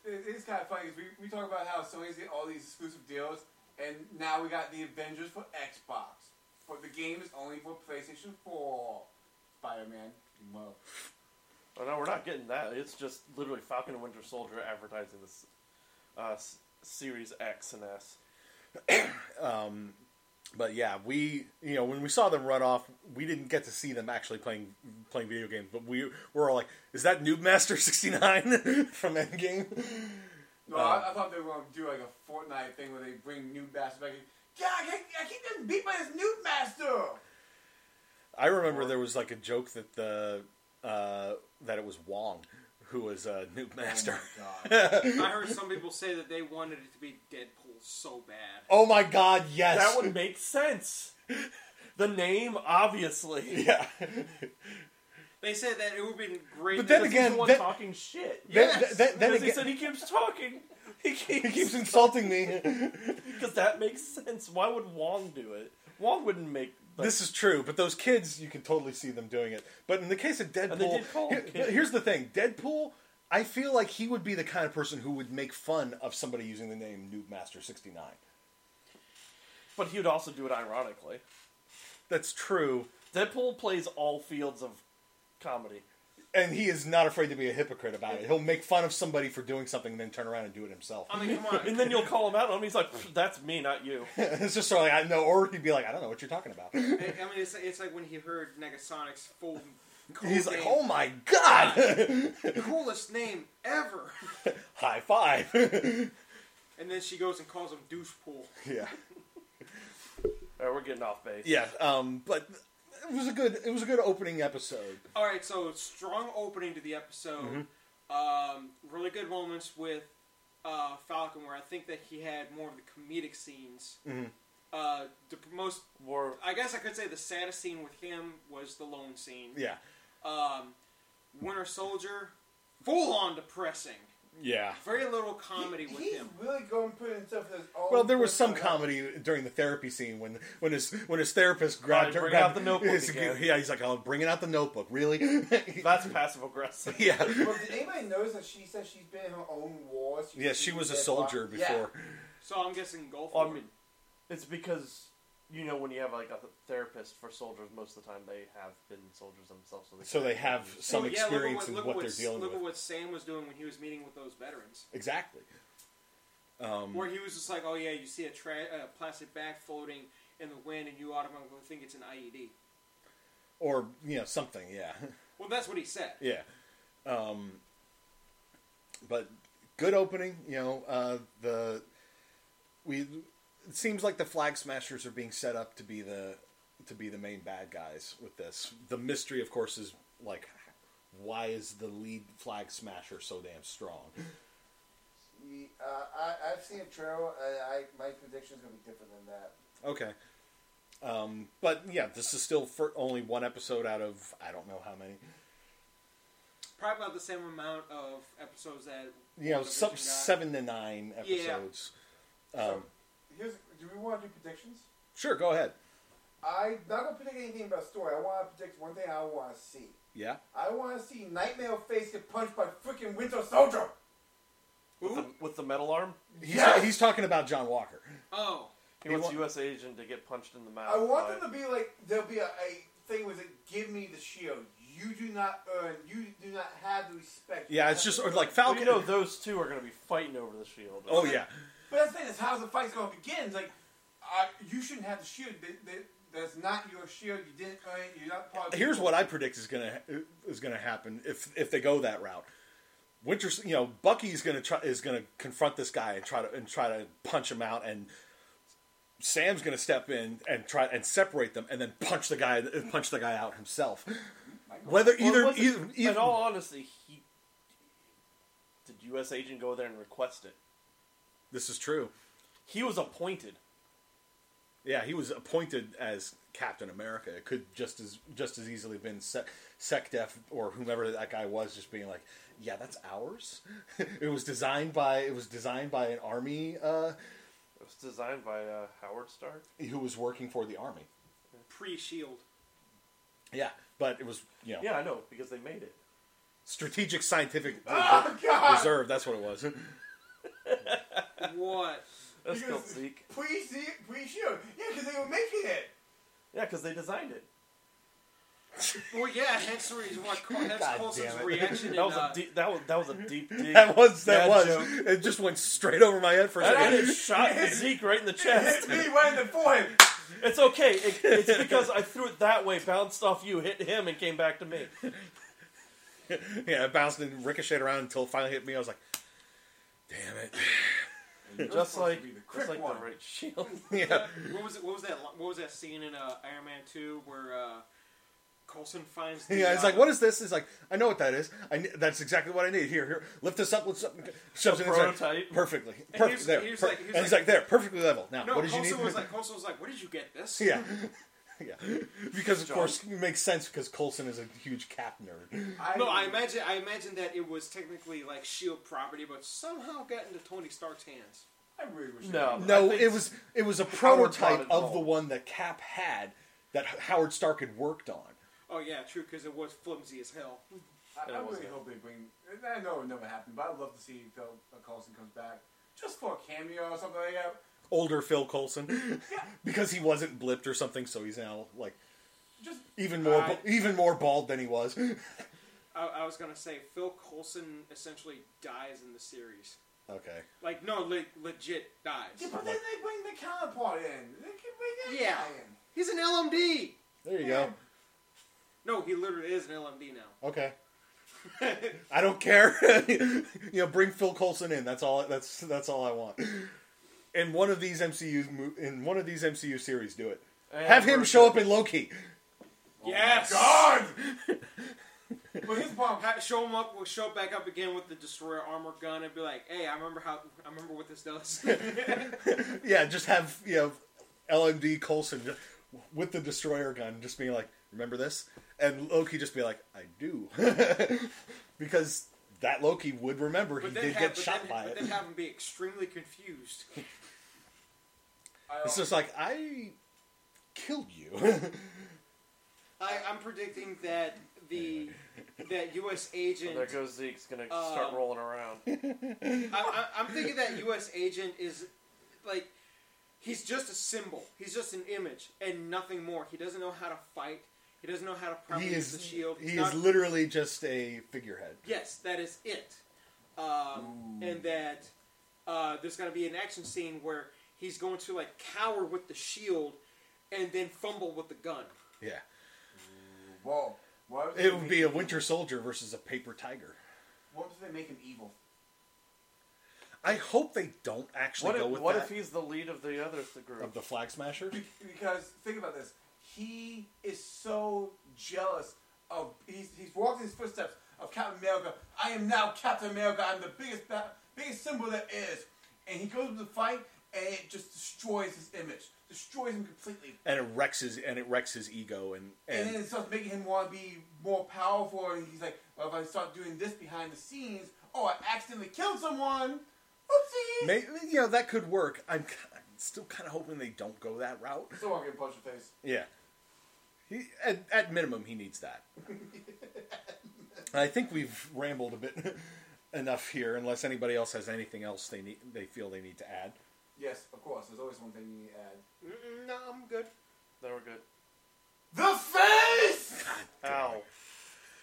[SPEAKER 4] it, it's kind of funny 'cause we, we talk about how Sony's getting all these exclusive deals, and now we got the Avengers for Xbox. But the game is only for PlayStation 4. Spider Man. Well,
[SPEAKER 3] Oh, no, we're not getting that. It's just literally Falcon and Winter Soldier advertising this uh, s- Series X and S.
[SPEAKER 1] But yeah, we you know when we saw them run off, we didn't get to see them actually playing playing video games, but we were all like, "Is that Noob Master 69 from Endgame?"
[SPEAKER 4] No,
[SPEAKER 1] Uh,
[SPEAKER 4] I, I thought they were going to do like a Fortnite thing where they bring Noob Master back. and, God, I, can't- I keep getting beat by this Noob Master.
[SPEAKER 1] I remember there was like a joke that the uh, that it was Wong who was uh, Noob Master.
[SPEAKER 4] Oh my god.
[SPEAKER 2] I heard some people say that they wanted it to be Deadpool so bad.
[SPEAKER 1] Oh my God! Yes,
[SPEAKER 3] That would make sense. The name, obviously.
[SPEAKER 1] yeah.
[SPEAKER 2] They said that it would have been great.
[SPEAKER 1] But then
[SPEAKER 2] if-
[SPEAKER 3] He's
[SPEAKER 1] again,
[SPEAKER 3] the one
[SPEAKER 1] that-
[SPEAKER 3] talking shit.
[SPEAKER 1] Then-
[SPEAKER 2] Yes.
[SPEAKER 1] then- then
[SPEAKER 3] because he
[SPEAKER 1] again-
[SPEAKER 3] said he keeps talking. He
[SPEAKER 1] He
[SPEAKER 3] keeps
[SPEAKER 1] keeps insulting me.
[SPEAKER 3] because that makes sense. Why would Wong do it? Wong wouldn't make. Like,
[SPEAKER 1] this is true, but those kids, you can totally see them doing it. But in the case of
[SPEAKER 3] And they
[SPEAKER 1] Deadpool,
[SPEAKER 3] did call him
[SPEAKER 1] here-
[SPEAKER 3] kid.
[SPEAKER 1] here's the thing: Deadpool. I feel like he would be the kind of person who would make fun of somebody using the name Noob Master 69.
[SPEAKER 3] but he would also do it ironically.
[SPEAKER 1] That's true,
[SPEAKER 3] Deadpool plays all fields of comedy.
[SPEAKER 1] and he is not afraid to be a hypocrite about it. He'll make fun of somebody for doing something, and then turn around and do it himself.
[SPEAKER 2] I mean, come on.
[SPEAKER 3] And then you'll call him out on him. He's like, "Pfft, "That's me, not you."
[SPEAKER 1] it's just sort of like I know, or he'd be like, I don't know what you're talking about.
[SPEAKER 2] I I mean, it's, it's like when he heard Negasonic's full. code
[SPEAKER 1] He's like,
[SPEAKER 2] name.
[SPEAKER 1] oh my god,
[SPEAKER 2] coolest name ever.
[SPEAKER 1] high five.
[SPEAKER 2] And then she goes and calls him douche pool.
[SPEAKER 1] yeah.
[SPEAKER 3] All right, we're getting off base.
[SPEAKER 1] Yeah, um, but it was a good it was a good opening episode.
[SPEAKER 2] All right, so strong opening to the episode.
[SPEAKER 1] Mm-hmm.
[SPEAKER 2] Um, really good moments with uh, Falcon, where I think that he had more of the comedic scenes.
[SPEAKER 1] Mm-hmm.
[SPEAKER 2] Uh, the most,
[SPEAKER 3] War.
[SPEAKER 2] I guess I could say, the saddest scene with him was the loan scene.
[SPEAKER 1] Yeah,
[SPEAKER 2] Um, Winter Soldier, full on depressing.
[SPEAKER 1] yeah.
[SPEAKER 2] Very little comedy with
[SPEAKER 4] He's
[SPEAKER 2] him.
[SPEAKER 4] really going to put himself in his own.
[SPEAKER 1] Well, there was some
[SPEAKER 4] personal-
[SPEAKER 1] comedy during the therapy scene when when his when his therapist grabbed her.
[SPEAKER 3] bring
[SPEAKER 1] grabbed-
[SPEAKER 3] out the notebook
[SPEAKER 1] his-
[SPEAKER 3] again.
[SPEAKER 1] Yeah, he's like, "Oh, bringing out the notebook, really?"
[SPEAKER 3] That's passive aggressive.
[SPEAKER 1] yeah,
[SPEAKER 4] Well, did anybody notice that she said she's been in her own wars?
[SPEAKER 1] yeah. She was a
[SPEAKER 4] been
[SPEAKER 1] soldier
[SPEAKER 4] blocked- Yeah.
[SPEAKER 1] before.
[SPEAKER 2] So I'm guessing Gulf
[SPEAKER 3] Well, I
[SPEAKER 1] Um,
[SPEAKER 2] War.
[SPEAKER 3] mean, it's because you know when you have like a therapist for soldiers, most of the time they have been soldiers themselves, so they
[SPEAKER 1] So
[SPEAKER 3] kinda
[SPEAKER 1] they have
[SPEAKER 3] know.
[SPEAKER 1] some
[SPEAKER 2] Well, Oh, yeah, look at
[SPEAKER 1] experience in
[SPEAKER 2] look at
[SPEAKER 1] what they're dealing
[SPEAKER 2] Look
[SPEAKER 1] with.
[SPEAKER 2] at what Sam was doing when he was meeting with those veterans.
[SPEAKER 1] Exactly. Um,
[SPEAKER 2] Where he was just like, oh yeah, you see a tra- uh, plastic bag floating in the wind and you automatically think it's an E IED.
[SPEAKER 1] or you know something. Yeah,
[SPEAKER 2] Well, that's what he said.
[SPEAKER 1] yeah. Um, but good opening. You know uh, the we. It seems like the flag smashers are being set up to be the to be the main bad guys with this. The mystery, of course, is like why is the lead flag smasher so damn strong?
[SPEAKER 4] Ye- Uh, I, I've seen a trail. I, I, my prediction is going to be different than that.
[SPEAKER 1] Okay. Um, but yeah, this is still for only one episode out of I don't know how many.
[SPEAKER 2] Probably about the same amount of episodes that.
[SPEAKER 1] You know,
[SPEAKER 2] WandaVision
[SPEAKER 1] some
[SPEAKER 2] got.
[SPEAKER 1] seven to nine episodes. Um,
[SPEAKER 4] Here's, do we want to do predictions?
[SPEAKER 1] sure, go ahead.
[SPEAKER 4] I'm not going to predict anything about story. I want to predict one thing I want to see.
[SPEAKER 1] Yeah.
[SPEAKER 4] I want to see Nightmare Face get punched by freaking Winter Soldier.
[SPEAKER 3] with the, with the metal arm.
[SPEAKER 1] He's,
[SPEAKER 4] Yes!
[SPEAKER 1] he's talking about John Walker.
[SPEAKER 2] Oh,
[SPEAKER 3] He,
[SPEAKER 1] He
[SPEAKER 3] wants
[SPEAKER 1] wa-
[SPEAKER 3] U.S. agent to get punched in the mouth.
[SPEAKER 4] I want
[SPEAKER 3] by-
[SPEAKER 4] them to be like there'll be a, a thing with it. Give me the shield. You do not earn. You do not have the respect. You
[SPEAKER 1] Yeah,
[SPEAKER 4] do
[SPEAKER 1] it's
[SPEAKER 4] not
[SPEAKER 1] just
[SPEAKER 4] earn
[SPEAKER 1] or like
[SPEAKER 3] Well,
[SPEAKER 1] Falcon.
[SPEAKER 3] you know those two are going to be fighting over the shield.
[SPEAKER 1] oh yeah,
[SPEAKER 4] But that's the thing is, how's the fight's going to begin? It's like, uh, you shouldn't have the shield. Th- th- That's not your shield. You didn't earn it. You're not part. of
[SPEAKER 1] here's
[SPEAKER 4] the-
[SPEAKER 1] what I predict is gonna is gonna happen if if they go that route. Winter, you know, Bucky's gonna try is gonna confront this guy and try to and try to punch him out, and Sam's gonna step in and try and separate them, and then punch the guy punch the guy out himself. Whether
[SPEAKER 3] Well, it
[SPEAKER 1] either
[SPEAKER 3] wasn't-
[SPEAKER 1] either,
[SPEAKER 3] in
[SPEAKER 1] either
[SPEAKER 3] all honesty, he did U.S. agent go there and request it.
[SPEAKER 1] this is true.
[SPEAKER 3] He was appointed.
[SPEAKER 1] Yeah, he was appointed as Captain America. It could just as just as easily been Sec SecDef or whomever that guy was, just being like, "Yeah, that's ours." it was designed by it was designed by an army uh,
[SPEAKER 3] It was designed by uh, Howard Stark.
[SPEAKER 1] who was working for the army.
[SPEAKER 2] pre Shield.
[SPEAKER 1] Yeah, but it was you know
[SPEAKER 3] Yeah, I know because they made it.
[SPEAKER 1] strategic scientific
[SPEAKER 3] Ah!
[SPEAKER 4] Oh God!
[SPEAKER 1] reserve. That's what it was.
[SPEAKER 2] What?
[SPEAKER 3] That's
[SPEAKER 4] Because-
[SPEAKER 3] killed Zeke.
[SPEAKER 4] Pre pre shield. Yeah, because they were making it.
[SPEAKER 3] Yeah, because they designed it.
[SPEAKER 2] Well, yeah, hence the reason why Col- that's
[SPEAKER 1] God
[SPEAKER 2] Coulson's
[SPEAKER 1] damn it.
[SPEAKER 2] reaction.
[SPEAKER 3] That was
[SPEAKER 2] in,
[SPEAKER 3] a
[SPEAKER 2] uh,
[SPEAKER 3] deep. That was that was a deep dig.
[SPEAKER 1] that was that
[SPEAKER 3] Bad
[SPEAKER 1] was.
[SPEAKER 3] joke.
[SPEAKER 1] It just went straight over my head for a
[SPEAKER 3] And I
[SPEAKER 1] second.
[SPEAKER 3] just shot Zeke right in the
[SPEAKER 4] It
[SPEAKER 3] chest.
[SPEAKER 4] hit me right in the forehead.
[SPEAKER 3] It's okay. It, it's because I threw it that way, bounced off you, hit him, and came back to me.
[SPEAKER 1] yeah, it bounced and ricocheted around until it finally hit me. I was like, damn it.
[SPEAKER 3] Just like,
[SPEAKER 4] be the
[SPEAKER 3] just
[SPEAKER 4] quick
[SPEAKER 3] like
[SPEAKER 4] one.
[SPEAKER 3] the right shield.
[SPEAKER 1] yeah.
[SPEAKER 2] What was it? What was that? li- What was that scene in uh, Iron Man Two where uh, Coulson finds? The,
[SPEAKER 1] Yeah, it's
[SPEAKER 2] uh,
[SPEAKER 1] like, what is this? It's like, I know what that is. I kn- that's exactly what I need. Here, here, lift this up. Lift this up. Shoves it in his hand.
[SPEAKER 3] prototype.
[SPEAKER 1] perfectly.
[SPEAKER 2] And
[SPEAKER 1] Perfect.
[SPEAKER 2] he was-
[SPEAKER 1] there.
[SPEAKER 2] he was
[SPEAKER 1] per-
[SPEAKER 2] like- he was
[SPEAKER 1] and he's
[SPEAKER 2] like-
[SPEAKER 1] like, there, perfectly level. Now,
[SPEAKER 2] No,
[SPEAKER 1] what did you
[SPEAKER 2] Coulson
[SPEAKER 1] need?
[SPEAKER 2] was like, Coulson was like, where did you get this?
[SPEAKER 1] yeah, yeah. Because of
[SPEAKER 3] John.
[SPEAKER 1] course, it makes sense because Colson is a huge cap nerd.
[SPEAKER 2] No, I imagine. I imagine that it was technically like Shield property, but somehow got into Tony Stark's hands.
[SPEAKER 4] I really wish.
[SPEAKER 3] No.
[SPEAKER 1] No,
[SPEAKER 3] I think-
[SPEAKER 1] it was it was a
[SPEAKER 3] bought
[SPEAKER 1] prototype
[SPEAKER 3] it
[SPEAKER 1] of
[SPEAKER 3] all.
[SPEAKER 1] the one that Cap had that H- Howard Stark had worked on.
[SPEAKER 2] Oh yeah, true, because it was flimsy as hell.
[SPEAKER 4] I,
[SPEAKER 3] Yeah,
[SPEAKER 4] I
[SPEAKER 3] it was
[SPEAKER 4] really
[SPEAKER 3] good.
[SPEAKER 4] hope they bring. I know it never happened, but I'd love to see Phil uh, Coulson comes back just for a cameo or something like that.
[SPEAKER 1] Older Phil Colson, because he wasn't blipped or something, so he's now like
[SPEAKER 4] Just
[SPEAKER 1] even more
[SPEAKER 4] I-
[SPEAKER 1] ba- even more bald than he was.
[SPEAKER 2] I, I was gonna say Phil Coulson essentially dies in the series.
[SPEAKER 1] okay,
[SPEAKER 2] Like no, le- legit dies.
[SPEAKER 4] yeah, but then they bring the counterpart in. They can bring that
[SPEAKER 2] Yeah.
[SPEAKER 4] guy in.
[SPEAKER 2] He's an LMD.
[SPEAKER 1] there you go.
[SPEAKER 4] Yeah.
[SPEAKER 2] No, he literally is an LMD now.
[SPEAKER 1] Okay. I don't care. you know, bring Phil Coulson in. That's all. That's that's all I want. In one of these MCU mo- in one of these MCU series, do it.
[SPEAKER 3] And
[SPEAKER 1] Have him
[SPEAKER 3] we're
[SPEAKER 1] show up
[SPEAKER 3] good.
[SPEAKER 1] in Loki. Oh
[SPEAKER 2] yes.
[SPEAKER 4] God. but his problem.
[SPEAKER 2] Ha- show him up. We'll show up back up again with the destroyer armor gun and be like, "Hey, I remember how. I remember what this does."
[SPEAKER 1] Yeah, just have you know LMD Coulson ju- with the destroyer gun, just being like, "Remember this," and Loki just be like, "I do," because that Loki would remember he
[SPEAKER 2] But then
[SPEAKER 1] did
[SPEAKER 2] have-
[SPEAKER 1] get
[SPEAKER 2] but
[SPEAKER 1] shot
[SPEAKER 2] then-
[SPEAKER 1] by
[SPEAKER 2] but
[SPEAKER 1] it.
[SPEAKER 2] then have him be extremely confused.
[SPEAKER 4] I
[SPEAKER 1] It's
[SPEAKER 4] don't-
[SPEAKER 1] just like I killed you.
[SPEAKER 2] I, I'm predicting that the that U.S. agent.
[SPEAKER 3] There goes Zeke's gonna start
[SPEAKER 2] Um,
[SPEAKER 3] rolling around.
[SPEAKER 2] I, I, I'm thinking that U.S. agent is like he's just a symbol. He's just an image and nothing more. He doesn't know how to fight. He doesn't know how to properly
[SPEAKER 1] he
[SPEAKER 2] use
[SPEAKER 1] is
[SPEAKER 2] the shield.
[SPEAKER 1] He
[SPEAKER 2] Not-
[SPEAKER 1] is literally just a figurehead.
[SPEAKER 2] yes, that is it. Um, and that uh, there's going to be an action scene where he's going to like cower with the shield and then fumble with the gun.
[SPEAKER 1] Yeah,
[SPEAKER 4] Whoa. Why
[SPEAKER 1] it would be a Winter Soldier versus a Paper Tiger.
[SPEAKER 4] What if they make him evil?
[SPEAKER 1] I hope they don't actually
[SPEAKER 3] What
[SPEAKER 1] go
[SPEAKER 3] if,
[SPEAKER 1] with
[SPEAKER 3] what
[SPEAKER 1] that
[SPEAKER 3] if he's the lead of the other th- group?
[SPEAKER 1] of the Flag Smasher.
[SPEAKER 4] Be- Because think about this. He is so jealous of he's he's walked in his footsteps of Captain America. I am now Captain America. I'm the biggest ba- biggest symbol there is. And he goes to the fight and it just destroys his image, destroys him completely.
[SPEAKER 1] And it wrecks his and it wrecks his ego and
[SPEAKER 4] And,
[SPEAKER 1] and,
[SPEAKER 4] then it starts making him want to be more powerful. And he's like, well, if I start doing this behind the scenes, oh, I accidentally killed someone. Oopsie.
[SPEAKER 1] may, you know that could work. I'm, ki- I'm still kind of hoping they don't go that route.
[SPEAKER 4] so I'll get a bunch of face.
[SPEAKER 1] Yeah, he at, at minimum he needs that. And I think we've rambled a bit enough here. Unless anybody else has anything else they need, they feel they need to add.
[SPEAKER 4] Yes, of course. There's always one thing you need to add.
[SPEAKER 2] Mm-mm, no, I'm good.
[SPEAKER 3] They were good.
[SPEAKER 4] The face.
[SPEAKER 3] Ow.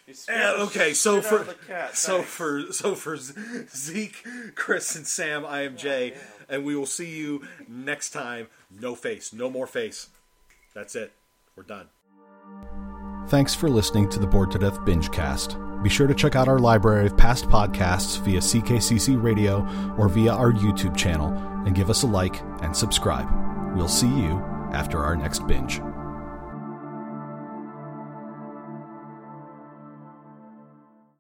[SPEAKER 3] You scared
[SPEAKER 1] Yeah,
[SPEAKER 3] the
[SPEAKER 1] Eh, okay,
[SPEAKER 3] shit
[SPEAKER 1] so
[SPEAKER 3] out
[SPEAKER 1] for
[SPEAKER 3] of the cat.
[SPEAKER 1] so
[SPEAKER 3] Thanks.
[SPEAKER 1] for so for Z- Zeke, Chris, and Sam, I am Jay, and we will see you next time. No face, no more face. That's it. We're done.
[SPEAKER 6] Thanks for listening to the Bored to Death Bingecast. Be sure to check out our library of past podcasts via CKCC Radio or via our YouTube channel and give us a like and subscribe. We'll see you after our next binge.